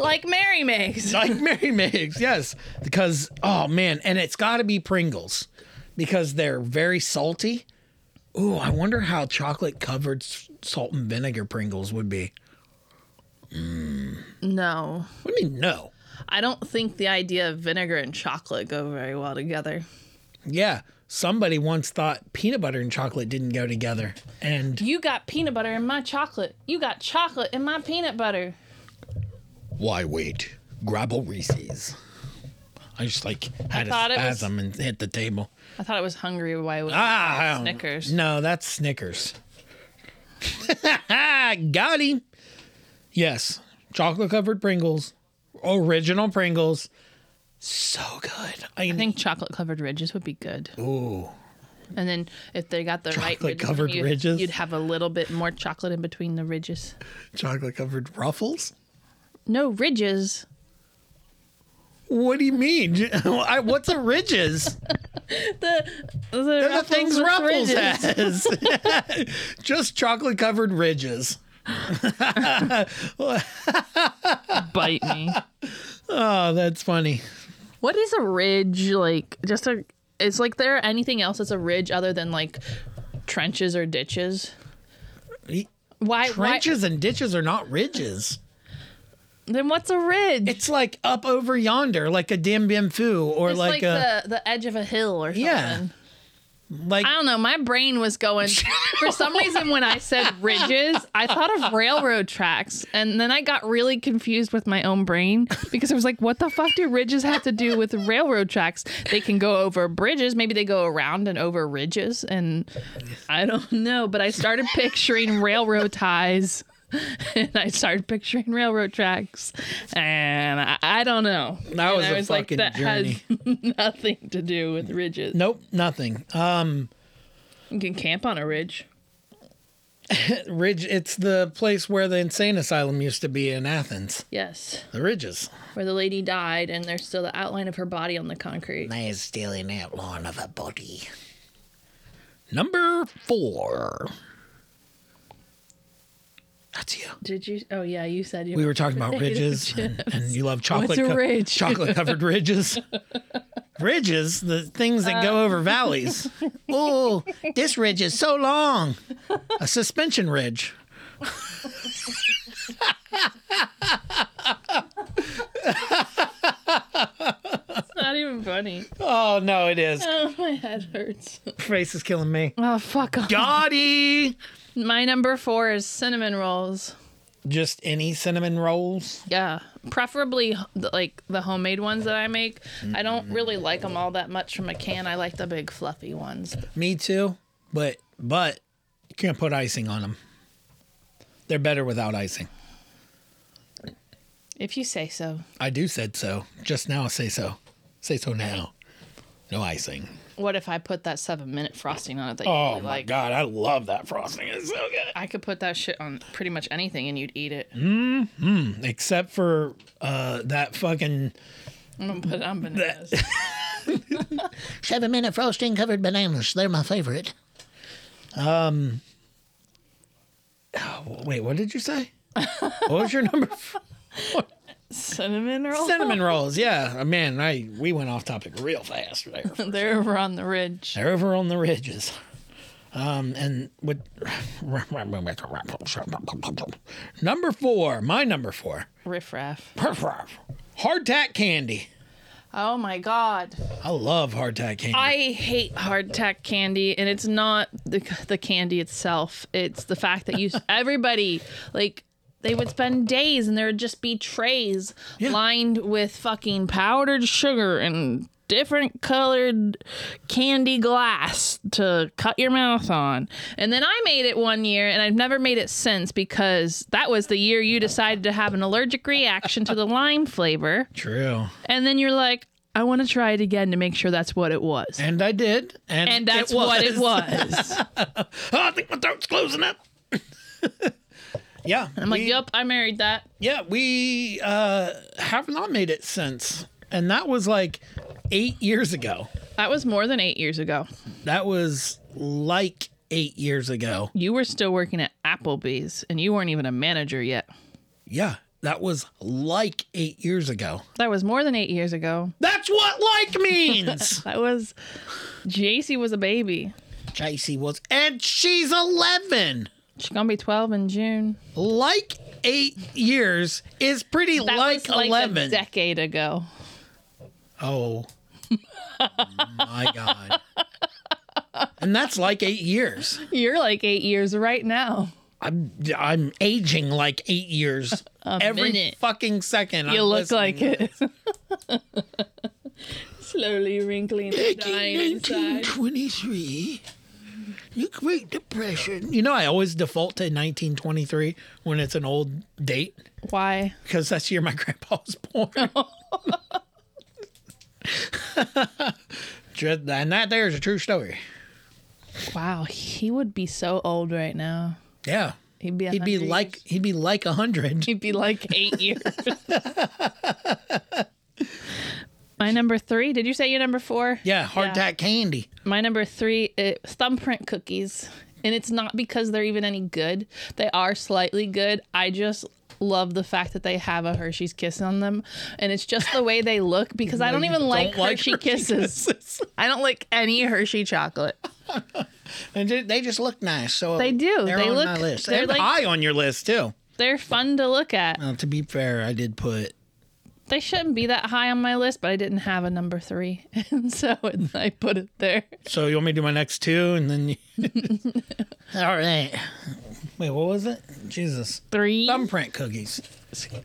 [SPEAKER 1] Like Mary makes.
[SPEAKER 2] like Mary Makes. Yes, because oh man, and it's got to be Pringles because they're very salty. Ooh, I wonder how chocolate covered salt and vinegar Pringles would be.
[SPEAKER 1] No.
[SPEAKER 2] What do you mean no?
[SPEAKER 1] I don't think the idea of vinegar and chocolate go very well together.
[SPEAKER 2] Yeah, somebody once thought peanut butter and chocolate didn't go together, and
[SPEAKER 1] You got peanut butter in my chocolate. You got chocolate in my peanut butter.
[SPEAKER 2] Why wait? Grab a Reese's. I just like had a
[SPEAKER 1] thought it was-
[SPEAKER 2] spasm and hit the table.
[SPEAKER 1] I thought it was hungry. Why would
[SPEAKER 2] Ah, I don't-
[SPEAKER 1] Snickers.
[SPEAKER 2] No, that's Snickers. *laughs* Got him. Yes, chocolate covered Pringles, original Pringles. So good. I,
[SPEAKER 1] I think chocolate covered ridges would be good. Ooh. And then if they got the right ridges,
[SPEAKER 2] Chocolate-covered
[SPEAKER 1] you'd,
[SPEAKER 2] ridges?
[SPEAKER 1] you'd have a little bit more chocolate in between the ridges.
[SPEAKER 2] chocolate covered ruffles.
[SPEAKER 1] No ridges.
[SPEAKER 2] What do you mean? *laughs* I- What's a ridges?
[SPEAKER 1] The the,
[SPEAKER 2] They're the things Ruffles has. *laughs* Just chocolate covered ridges.
[SPEAKER 1] bite me.
[SPEAKER 2] Oh, that's funny.
[SPEAKER 1] *laughs* What is a ridge like? Just a. It's like there anything else that's a ridge other than like trenches or ditches. Why Why,
[SPEAKER 2] Trenches E, and ditches are not ridges.
[SPEAKER 1] then what's a ridge?
[SPEAKER 2] It's like up over yonder, like a dim bim foo, or
[SPEAKER 1] It's
[SPEAKER 2] like,
[SPEAKER 1] like,
[SPEAKER 2] a
[SPEAKER 1] the, the edge of a hill or something.
[SPEAKER 2] Yeah. like.
[SPEAKER 1] I don't know. My brain was going. For some reason, when I said ridges, I thought of railroad tracks. And then I got really confused with my own brain because I was like, what the fuck do ridges have to do with railroad tracks? They can go over bridges. Maybe they go around and over ridges. And I don't know. But I started picturing railroad ties. And I started picturing railroad tracks, and I, I don't know.
[SPEAKER 2] That
[SPEAKER 1] And
[SPEAKER 2] was
[SPEAKER 1] I
[SPEAKER 2] a fucking
[SPEAKER 1] that Has *laughs* nothing to do with ridges.
[SPEAKER 2] Nope, nothing. Um,
[SPEAKER 1] You can camp on a ridge.
[SPEAKER 2] ridge. It's the place where the insane asylum used to be in Athens.
[SPEAKER 1] Yes,
[SPEAKER 2] The ridges.
[SPEAKER 1] where the lady died, and there's still the outline of her body on the concrete.
[SPEAKER 2] They is still an outline of a body. Number four. That's you.
[SPEAKER 1] Did you? Oh yeah, you said you.
[SPEAKER 2] We were talking about ridges, and, and you love chocolate.
[SPEAKER 1] a ridge? *laughs*
[SPEAKER 2] Chocolate covered ridges. ridges, the things that
[SPEAKER 1] Uh.
[SPEAKER 2] go over
[SPEAKER 1] *laughs*
[SPEAKER 2] valleys. Oh, this ridge is so long. A suspension ridge.
[SPEAKER 1] It's *laughs* not even funny. *laughs*
[SPEAKER 2] Oh no, it is.
[SPEAKER 1] Oh, my head hurts.
[SPEAKER 2] Face is killing me.
[SPEAKER 1] Oh fuck off.
[SPEAKER 2] Gotti.
[SPEAKER 1] My number four is cinnamon rolls.
[SPEAKER 2] Just any cinnamon rolls.
[SPEAKER 1] Yeah, preferably the- like the homemade ones that I make. I
[SPEAKER 2] Mm-hmm.
[SPEAKER 1] don't really like them all that much from a can. I like the big fluffy ones.
[SPEAKER 2] Me too. But but you can't put icing on them. They're better without icing.
[SPEAKER 1] If you say so.
[SPEAKER 2] I do said so. Just now say so. Say so now. No icing.
[SPEAKER 1] What if I put that seven minute frosting on it that you
[SPEAKER 2] Oh
[SPEAKER 1] really
[SPEAKER 2] my
[SPEAKER 1] like?
[SPEAKER 2] god, I love that frosting. It's so good.
[SPEAKER 1] I could put that shit on pretty much anything and you'd eat
[SPEAKER 2] Mm.
[SPEAKER 1] it.
[SPEAKER 2] Except for uh that fucking
[SPEAKER 1] I'm gonna put it
[SPEAKER 2] *laughs*
[SPEAKER 1] on bananas.
[SPEAKER 2] seven minute frosting covered bananas. They're my favorite. Um oh, wait, what did you say? what was your number? *laughs*
[SPEAKER 1] Cinnamon roll.
[SPEAKER 2] Cinnamon rolls. Yeah, man, I we went off topic real fast there.
[SPEAKER 1] *laughs* They're over on the ridge.
[SPEAKER 2] They're over on the ridges. Um, and with number four, my number four,
[SPEAKER 1] Riffraff.
[SPEAKER 2] hardtack candy.
[SPEAKER 1] Oh my god.
[SPEAKER 2] I love hardtack candy.
[SPEAKER 1] I hate hardtack candy, and it's not the the candy itself. It's the fact that *laughs* you everybody like they would spend days, and there would just be trays lined with fucking powdered sugar and different colored candy glass to cut your mouth on. And then I made it one year and I've never made it since because that was the year you decided to have an allergic reaction to the lime flavor.
[SPEAKER 2] True,
[SPEAKER 1] And then you're like, I want to try it again to make sure that's what it was.
[SPEAKER 2] and I did, and
[SPEAKER 1] And that's what it was.
[SPEAKER 2] Oh, *laughs* I think my throat's closing up. *laughs* yeah,
[SPEAKER 1] I'm like, yep, I married that.
[SPEAKER 2] yeah. We uh, have not made it since, and that was like eight years ago.
[SPEAKER 1] That was more than eight years ago.
[SPEAKER 2] That was like eight years ago.
[SPEAKER 1] You were still working at Applebee's and you weren't even a manager yet.
[SPEAKER 2] Yeah, that was like eight years ago.
[SPEAKER 1] That was more than eight years ago.
[SPEAKER 2] That's what like
[SPEAKER 1] *laughs*
[SPEAKER 2] means.
[SPEAKER 1] That was JC was a baby.
[SPEAKER 2] Tracy was, and she's 11.
[SPEAKER 1] She's gonna be 12 in June.
[SPEAKER 2] Like eight years is pretty
[SPEAKER 1] That
[SPEAKER 2] like,
[SPEAKER 1] was like
[SPEAKER 2] 11.
[SPEAKER 1] a decade ago.
[SPEAKER 2] oh my God. And that's like eight years.
[SPEAKER 1] You're like eight years right now.
[SPEAKER 2] I'm I'm aging like eight years every
[SPEAKER 1] minute.
[SPEAKER 2] fucking second. I'm
[SPEAKER 1] You look
[SPEAKER 2] listening.
[SPEAKER 1] like it. *laughs* Slowly wrinkling and dying inside.
[SPEAKER 2] 1923. The Great Depression. You know, I always default to 1923 when it's an old date
[SPEAKER 1] Why?
[SPEAKER 2] because that's the year my *laughs* grandpa was born. Just- and that there is a true story.
[SPEAKER 1] Wow, he would be so old right now.
[SPEAKER 2] Yeah.
[SPEAKER 1] He'd be.
[SPEAKER 2] He'd be
[SPEAKER 1] 100
[SPEAKER 2] like
[SPEAKER 1] years-
[SPEAKER 2] he'd be like a hundred.
[SPEAKER 1] He'd be like
[SPEAKER 2] *laughs*
[SPEAKER 1] eight years. My number three. Did you say your number four?
[SPEAKER 2] Yeah, hardtack candy.
[SPEAKER 1] My number three. uh thumbprint cookies, and it's not because they're even any good. They are slightly good. I just love the fact that they have a Hershey's kiss on them, and it's just the way they look. Because I don't even
[SPEAKER 2] don't
[SPEAKER 1] like,
[SPEAKER 2] like
[SPEAKER 1] Hershey,
[SPEAKER 2] Hershey
[SPEAKER 1] kisses. I don't like any Hershey chocolate.
[SPEAKER 2] And they- they just look nice. So
[SPEAKER 1] They do.
[SPEAKER 2] They're
[SPEAKER 1] They
[SPEAKER 2] on
[SPEAKER 1] look-
[SPEAKER 2] my list. They're
[SPEAKER 1] they're like-
[SPEAKER 2] high on your list too.
[SPEAKER 1] They're fun to look at.
[SPEAKER 2] Now, to be fair, I did put
[SPEAKER 1] they shouldn't be that high on my list, but I didn't have a number three, *laughs* and so it- I put it there.
[SPEAKER 2] So you want me to do my next two, and
[SPEAKER 1] *laughs*
[SPEAKER 2] then you... all right. Wait, what was it? Jesus,
[SPEAKER 1] Three.
[SPEAKER 2] thumbprint cookies.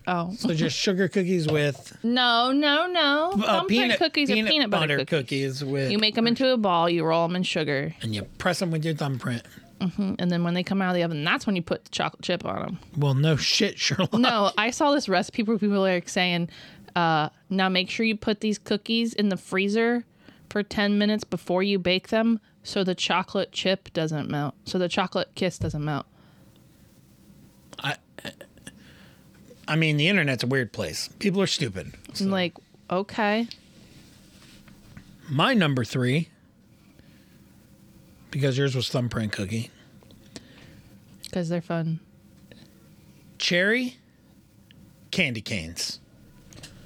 [SPEAKER 1] oh
[SPEAKER 2] So
[SPEAKER 1] *laughs*
[SPEAKER 2] just sugar cookies with
[SPEAKER 1] no, no, no!
[SPEAKER 2] uh,
[SPEAKER 1] Thumbprint
[SPEAKER 2] peanut
[SPEAKER 1] cookies
[SPEAKER 2] peanut
[SPEAKER 1] are peanut butter, cookies.
[SPEAKER 2] cookies. with
[SPEAKER 1] You make them into a ball, you roll them in sugar,
[SPEAKER 2] and you press them with your thumbprint.
[SPEAKER 1] and then when they come out of the oven, that's when you put the chocolate chip on them.
[SPEAKER 2] Well, no shit, Sherlock.
[SPEAKER 1] No, I saw this recipe where people are saying, uh, "Now make sure you put these cookies in the freezer for ten minutes before you bake them, so the chocolate chip doesn't melt, so the chocolate kiss doesn't melt."
[SPEAKER 2] I mean, the internet's a weird place. People are stupid.
[SPEAKER 1] I'm like, okay.
[SPEAKER 2] My number three, because yours was thumbprint cookie,
[SPEAKER 1] Because they're fun.
[SPEAKER 2] cherry candy canes.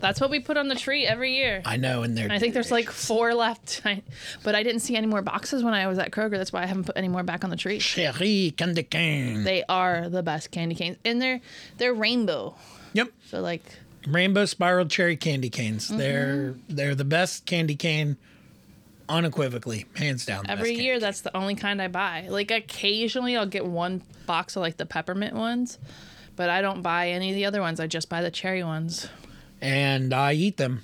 [SPEAKER 1] That's what we put on the tree every year.
[SPEAKER 2] I know, and they're
[SPEAKER 1] I think there's like four left, *laughs* I, but I didn't see any more boxes when I was at Kroger. That's why I haven't put any more back on the tree.
[SPEAKER 2] cherry candy cane.
[SPEAKER 1] They are the best candy canes, and they're they're rainbow.
[SPEAKER 2] Yep.
[SPEAKER 1] So like,
[SPEAKER 2] Rainbow Spiral Cherry Candy Canes.
[SPEAKER 1] Mm-hmm.
[SPEAKER 2] They're they're the best candy cane, unequivocally, hands down. the
[SPEAKER 1] every
[SPEAKER 2] best
[SPEAKER 1] year, that's the only kind I buy. Like occasionally, I'll get one box of like the peppermint ones, But I don't buy any of the other ones. I just buy the cherry ones.
[SPEAKER 2] and I eat them.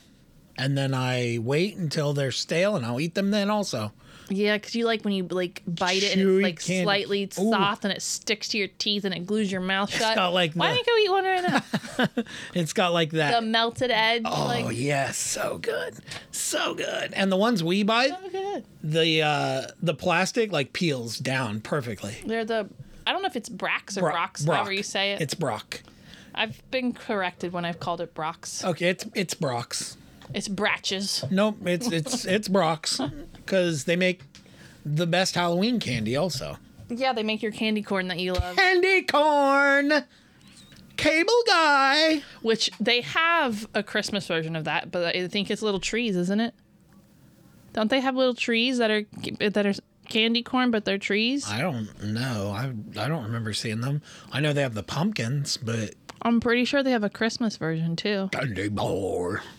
[SPEAKER 2] And then I wait until they're stale and I'll eat them then also.
[SPEAKER 1] Yeah, because you like when you like bite it and
[SPEAKER 2] Chewy
[SPEAKER 1] it's like
[SPEAKER 2] candy.
[SPEAKER 1] slightly
[SPEAKER 2] Ooh.
[SPEAKER 1] soft and it sticks to your teeth and it glues your mouth shut.
[SPEAKER 2] got, like,
[SPEAKER 1] Why
[SPEAKER 2] the-
[SPEAKER 1] don't you go eat one right
[SPEAKER 2] *laughs*
[SPEAKER 1] now?
[SPEAKER 2] It's got like
[SPEAKER 1] the
[SPEAKER 2] that.
[SPEAKER 1] melted edge.
[SPEAKER 2] oh,
[SPEAKER 1] like,
[SPEAKER 2] yes. So good. So good. And the ones we buy,
[SPEAKER 1] oh, good.
[SPEAKER 2] the uh, the plastic like peels down perfectly.
[SPEAKER 1] They're the. I don't know if it's Brax or
[SPEAKER 2] Bro-
[SPEAKER 1] Brox,
[SPEAKER 2] Brock.
[SPEAKER 1] however you say it.
[SPEAKER 2] It's Brock.
[SPEAKER 1] I've been corrected when I've called it Brox.
[SPEAKER 2] Okay, it's it's Brock's.
[SPEAKER 1] It's Bratches.
[SPEAKER 2] Nope, it's
[SPEAKER 1] *laughs*
[SPEAKER 2] it's it's Brock's because they make the best Halloween candy also.
[SPEAKER 1] Yeah, they make your candy corn that you love, *laughs*
[SPEAKER 2] Candy corn, cable guy.
[SPEAKER 1] which they have a Christmas version of that, but I think it's little trees, isn't it? Don't they have little trees that are that are candy corn, but they're trees?
[SPEAKER 2] I don't know. I I don't remember seeing them. I know they have the pumpkins, but
[SPEAKER 1] I'm pretty sure they have a Christmas version too.
[SPEAKER 2] candy bar. Huh.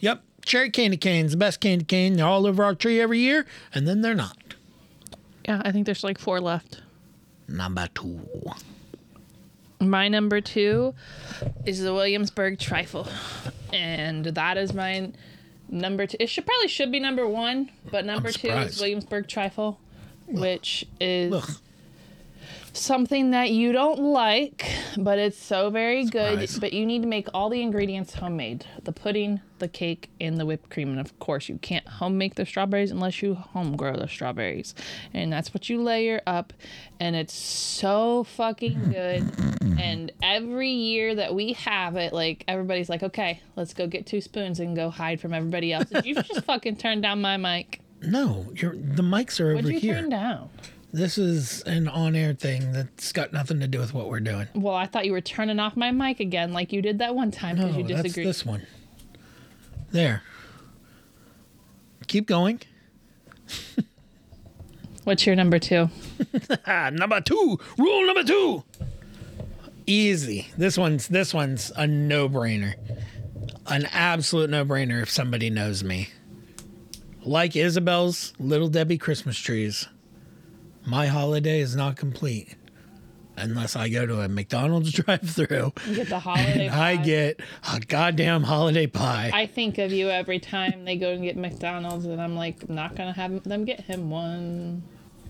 [SPEAKER 2] Yep. Cherry candy canes, the best candy cane. They're all over our tree every year, and then they're not.
[SPEAKER 1] Yeah, I think there's like four left.
[SPEAKER 2] Number two.
[SPEAKER 1] My number two is the Williamsburg trifle, and that is my number two. It should probably should be number one, but number two
[SPEAKER 2] surprised.
[SPEAKER 1] is Williamsburg trifle, which is
[SPEAKER 2] Ugh.
[SPEAKER 1] something that you don't like, but it's so very good.
[SPEAKER 2] Surprise.
[SPEAKER 1] But you need to make all the ingredients homemade: the pudding, the cake, and the whipped cream. And of course, you can't home make the strawberries unless you home grow the strawberries, and that's what you layer up. And it's so fucking good. And every year that we have it, like everybody's like, "Okay, let's go get two spoons and go hide from everybody else."
[SPEAKER 2] *laughs*
[SPEAKER 1] You just fucking turned down my mic.
[SPEAKER 2] No, you're, the mics are over
[SPEAKER 1] What'd you
[SPEAKER 2] here.
[SPEAKER 1] turn down?
[SPEAKER 2] This is an on-air thing that's got nothing to do with what we're doing.
[SPEAKER 1] Well, I thought you were turning off my mic again, like you did that one time
[SPEAKER 2] No,
[SPEAKER 1] because you
[SPEAKER 2] Oh, that's
[SPEAKER 1] disagreed.
[SPEAKER 2] this one. There. Keep going.
[SPEAKER 1] What's your number two?
[SPEAKER 2] *laughs* Ah, number two. Rule number two. Easy. This one's this one's a no-brainer. An absolute no-brainer if somebody knows me. Like Isabel's Little Debbie Christmas trees, my holiday is not complete unless I go to a McDonald's *laughs* drive-through
[SPEAKER 1] You *laughs* get the holiday.
[SPEAKER 2] I
[SPEAKER 1] pie.
[SPEAKER 2] get a goddamn holiday pie.
[SPEAKER 1] I think of you every time they go and get McDonald's, and I'm like, I'm not gonna have them get him one.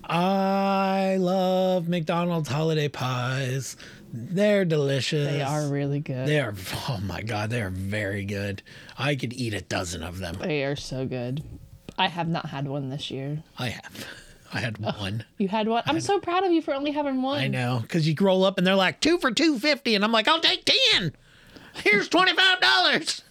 [SPEAKER 2] I love McDonald's holiday pies. They're delicious.
[SPEAKER 1] They are really good.
[SPEAKER 2] They are. *laughs* Oh my god, they are very good. I could eat a dozen of them.
[SPEAKER 1] They are so good. I have not had one this year.
[SPEAKER 2] I have. *laughs* I had one.
[SPEAKER 1] You had one. I'm so proud of you for only having one.
[SPEAKER 2] I know, because you roll up and they're like two for two fifty, and I'm like, I'll take ten. Here's twenty five dollars.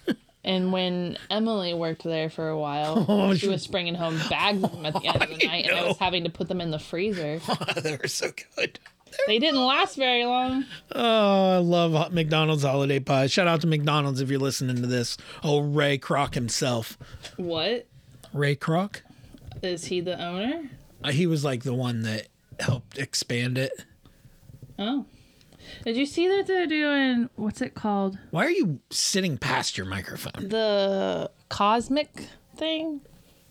[SPEAKER 1] And when Emily worked there for a *laughs* while,
[SPEAKER 2] Oh,
[SPEAKER 1] she was bringing home bags of them at the end of the
[SPEAKER 2] I
[SPEAKER 1] night, and *laughs* I
[SPEAKER 2] know.
[SPEAKER 1] was having to put them in the *laughs* freezer.
[SPEAKER 2] *laughs* they were so good.
[SPEAKER 1] they didn't last very long.
[SPEAKER 2] Oh, I love hot McDonald's holiday pie. Shout out to McDonald's if you're listening to this. Oh, Ray Kroc himself.
[SPEAKER 1] What
[SPEAKER 2] Ray Kroc.
[SPEAKER 1] is he the owner?
[SPEAKER 2] Uh, he was like the one that helped expand it.
[SPEAKER 1] Oh. Did you see that they're doing what's it called?
[SPEAKER 2] Why are you sitting past your microphone?
[SPEAKER 1] The cosmic thing?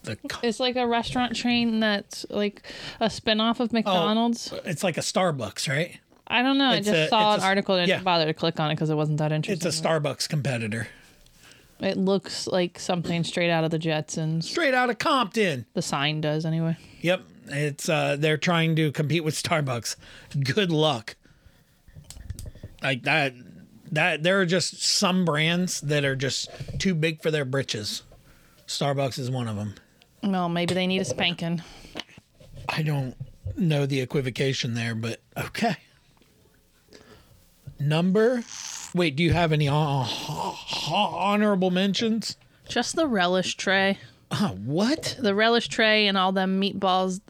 [SPEAKER 2] The co-
[SPEAKER 1] It's like a restaurant chain that's like a spinoff
[SPEAKER 2] Oh,
[SPEAKER 1] of McDonald's.
[SPEAKER 2] it's like a Starbucks, right?
[SPEAKER 1] I don't know. I
[SPEAKER 2] It's
[SPEAKER 1] just
[SPEAKER 2] a-
[SPEAKER 1] saw an
[SPEAKER 2] it's a-
[SPEAKER 1] article and
[SPEAKER 2] yeah.
[SPEAKER 1] didn't bother to click on it because it wasn't that
[SPEAKER 2] It's
[SPEAKER 1] interesting.
[SPEAKER 2] a Starbucks competitor.
[SPEAKER 1] it looks like something straight out of the Jetsons.
[SPEAKER 2] Straight out of Compton.
[SPEAKER 1] The sign does anyway.
[SPEAKER 2] Yep. It's uh they're trying to compete with Starbucks. Good luck. Like that that there are just some brands that are just too big for their britches. Starbucks is one of them.
[SPEAKER 1] Well, maybe they need a spanking.
[SPEAKER 2] I don't know the equivocation there, but okay. Number. Wait, do you have any hon- hon- honorable mentions?
[SPEAKER 1] Just the relish tray.
[SPEAKER 2] Oh, what?
[SPEAKER 1] the relish tray and all the meatballs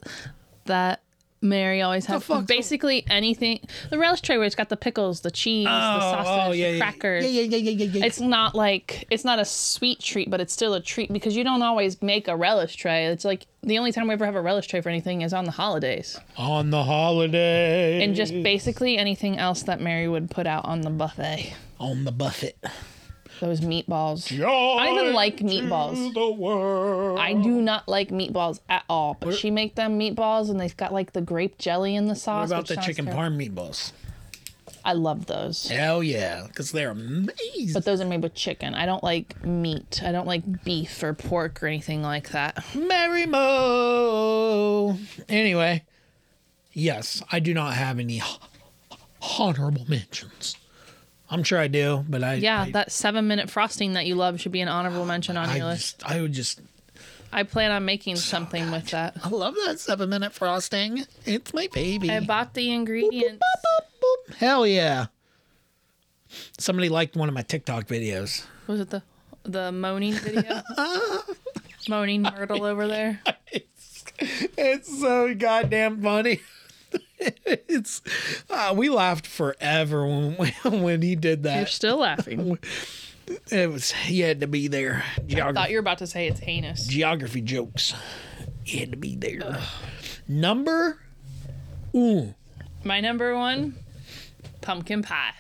[SPEAKER 1] that Mary always has.
[SPEAKER 2] fuck's the-
[SPEAKER 1] Basically anything. The relish tray where it's got the pickles, the cheese, the sausage, the crackers.
[SPEAKER 2] Oh, Yeah, yeah, yeah, yeah, yeah. yeah.
[SPEAKER 1] It's not like it's not a sweet treat, but it's still a treat because you don't always make a relish tray. It's like the only time we ever have a relish tray for anything is on the holidays,
[SPEAKER 2] On the holiday.
[SPEAKER 1] and just basically anything else that Mary would put out on the buffet.
[SPEAKER 2] on the buffet.
[SPEAKER 1] Those meatballs.
[SPEAKER 2] I
[SPEAKER 1] I don't even like meatballs.
[SPEAKER 2] the world.
[SPEAKER 1] I do not like meatballs at all, but she make them meatballs and they've got like the grape jelly in the sauce.
[SPEAKER 2] What about
[SPEAKER 1] which
[SPEAKER 2] the
[SPEAKER 1] sounds
[SPEAKER 2] chicken
[SPEAKER 1] terrible.
[SPEAKER 2] parm meatballs?
[SPEAKER 1] I love those.
[SPEAKER 2] Hell yeah, because they're amazing.
[SPEAKER 1] But those are made with chicken. I don't like meat. I don't like beef or pork or anything like that.
[SPEAKER 2] Mary Mo. Anyway, yes, I do not have any h- honorable mentions. I'm sure I do, but I
[SPEAKER 1] Yeah,
[SPEAKER 2] I,
[SPEAKER 1] that seven minute frosting that you love should be an
[SPEAKER 2] *gasps*
[SPEAKER 1] honorable mention on
[SPEAKER 2] I
[SPEAKER 1] your list.
[SPEAKER 2] just I would just
[SPEAKER 1] I plan on making something with that.
[SPEAKER 2] I love that seven minute frosting. It's my baby.
[SPEAKER 1] I bought the ingredients.
[SPEAKER 2] Boop. Hell yeah. Somebody liked one of my TikTok videos.
[SPEAKER 1] Was it the the moaning
[SPEAKER 2] *laughs*
[SPEAKER 1] video? moaning Myrtle over there.
[SPEAKER 2] It's, it's so goddamn funny. *laughs* it's uh, we laughed forever when *laughs* when he did
[SPEAKER 1] You're
[SPEAKER 2] that.
[SPEAKER 1] still
[SPEAKER 2] *laughs*
[SPEAKER 1] laughing.
[SPEAKER 2] It was he had to be there. Geography,
[SPEAKER 1] Thought you were about to say it's heinous.
[SPEAKER 2] geography jokes. He had to be there. Number. Ooh,
[SPEAKER 1] My number one, pumpkin pie.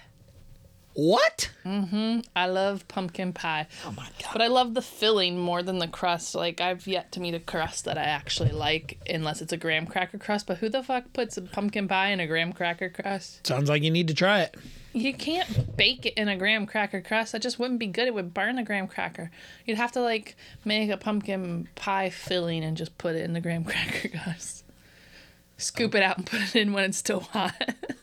[SPEAKER 2] what?
[SPEAKER 1] I love pumpkin pie.
[SPEAKER 2] Oh my god.
[SPEAKER 1] But I love the filling more than the crust. Like I've yet to meet a crust that I actually like, unless it's a graham cracker crust. But who the fuck puts a pumpkin pie in a graham cracker crust?
[SPEAKER 2] Sounds like you need to try it.
[SPEAKER 1] You can't bake it in a graham cracker crust. That just wouldn't be good. It would burn the graham cracker. You'd have to like make a pumpkin pie filling and just put it in the graham *laughs* cracker crust. Scoop it out and put it in when it's still hot.
[SPEAKER 2] Well,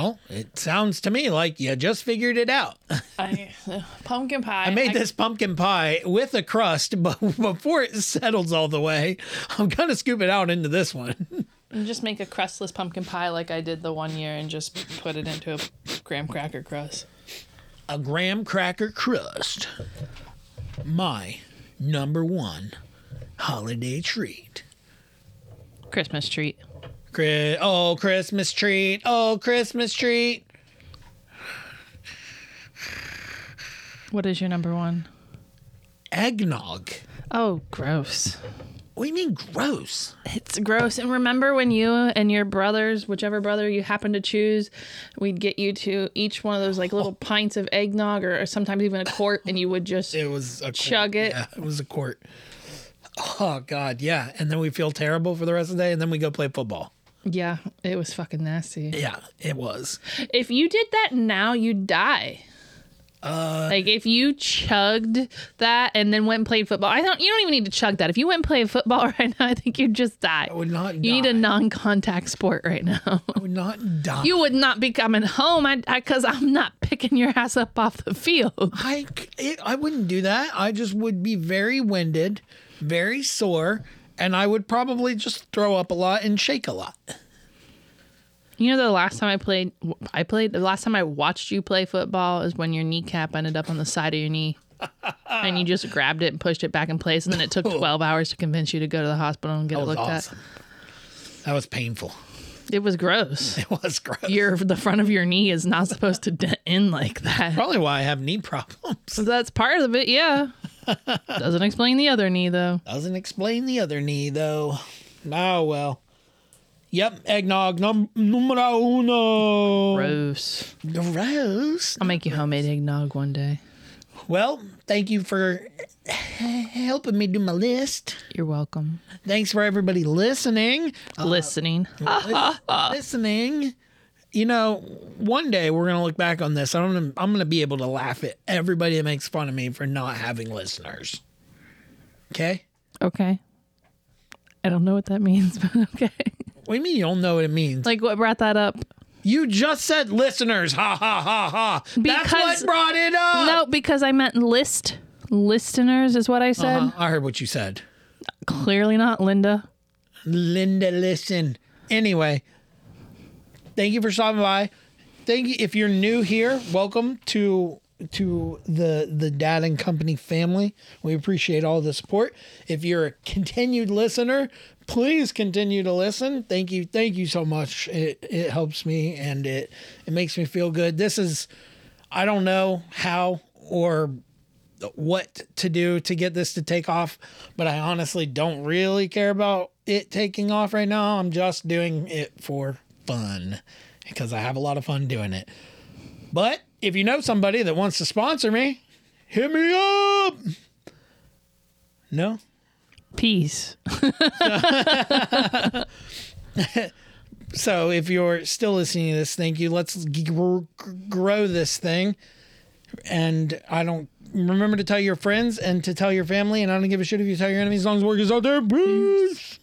[SPEAKER 2] Oh, it sounds to me like you just figured it out.
[SPEAKER 1] I, *laughs* pumpkin pie.
[SPEAKER 2] I made this pumpkin pie with a crust, *laughs* but before it settles all the way, I'm gonna scoop it out into this one. *laughs*
[SPEAKER 1] And just make a crustless pumpkin pie like I did the one year and just put it into a graham cracker crust.
[SPEAKER 2] A graham cracker crust. My number one holiday treat.
[SPEAKER 1] Christmas treat.
[SPEAKER 2] Chri- oh, Christmas treat. Oh, Christmas treat.
[SPEAKER 1] What is your number one?
[SPEAKER 2] Eggnog.
[SPEAKER 1] Oh, gross.
[SPEAKER 2] What do you mean gross?
[SPEAKER 1] It's gross. And remember when you and your brothers, whichever brother you happen to choose, we'd get you to each one of those like little pints of eggnog or, or sometimes even a quart and you would just
[SPEAKER 2] It was a quart.
[SPEAKER 1] Chug it.
[SPEAKER 2] Yeah, it was a quart. Oh God, yeah. And then we feel terrible for the rest of the day, and then we go play football.
[SPEAKER 1] Yeah, it was fucking nasty.
[SPEAKER 2] Yeah, it was.
[SPEAKER 1] If you did that now, you'd die.
[SPEAKER 2] Uh,
[SPEAKER 1] like if you chugged that and then went and played football, I don't. You don't even need to chug that. If you went and played football *laughs* right now, I think you'd just die.
[SPEAKER 2] I would not.
[SPEAKER 1] You need
[SPEAKER 2] die.
[SPEAKER 1] a non-contact sport right now. *laughs*
[SPEAKER 2] I would not die.
[SPEAKER 1] You would not be coming home I, I, cause I'm not picking your ass up off the field. *laughs*
[SPEAKER 2] I, c- it, I wouldn't do that. I just would be very winded, very sore, and I would probably just throw up a lot and shake a lot.
[SPEAKER 1] You know, the last time I played, I played, the last time I watched you play football is when your kneecap ended up on the side of your knee. and you just grabbed it and pushed it back in place. And
[SPEAKER 2] *laughs*
[SPEAKER 1] then it took 12 hours to convince you to go to the hospital and get
[SPEAKER 2] That
[SPEAKER 1] it
[SPEAKER 2] was
[SPEAKER 1] looked
[SPEAKER 2] awesome. That was painful. *laughs*
[SPEAKER 1] at. It was gross.
[SPEAKER 2] It was gross.
[SPEAKER 1] Your, the front of your knee is not supposed to dent in like that.
[SPEAKER 2] probably why I have knee *laughs* problems.
[SPEAKER 1] That's part of it, yeah. Doesn't explain the other knee, though.
[SPEAKER 2] Doesn't explain the other knee though. Oh well. Yep, eggnog num- numero uno.
[SPEAKER 1] Gross.
[SPEAKER 2] Gross.
[SPEAKER 1] I'll make you homemade eggnog one day.
[SPEAKER 2] Well, thank you for helping me do my list.
[SPEAKER 1] You're welcome.
[SPEAKER 2] Thanks for everybody listening.
[SPEAKER 1] Listening.
[SPEAKER 2] lis- listening. You know, one day we're gonna look back on this. I'm gonna I'm gonna be able to laugh at everybody that makes fun of me for not having listeners. Okay.
[SPEAKER 1] Okay. I don't know what that means, *laughs* but okay.
[SPEAKER 2] What do you mean you don't know what it means?
[SPEAKER 1] Like what brought that up?
[SPEAKER 2] you just said listeners. Ha ha ha ha. That's
[SPEAKER 1] Because-
[SPEAKER 2] what brought it up.
[SPEAKER 1] No, because I meant list listeners is what I said.
[SPEAKER 2] Uh, I heard what you said.
[SPEAKER 1] Clearly not Linda.
[SPEAKER 2] Linda, listen. Anyway, thank you for stopping by. Thank you. If you're new here, welcome to to the the Dad and Company family. We appreciate all the support. If you're a continued listener, please continue to listen. Thank you. Thank you so much. It it helps me and it it makes me feel good. This is I don't know how or what to do to get this to take off, but I honestly don't really care about it taking off right now. I'm just doing it for fun because I have a lot of fun doing it. But if you know somebody that wants to sponsor me, hit me up. No?
[SPEAKER 1] Peace.
[SPEAKER 2] So if you're still listening to this, thank you. Let's g- gr- grow this thing. And I don't remember to tell your friends and to tell your family. And I don't give a shit if you tell your enemies as long as work is out there. Peace.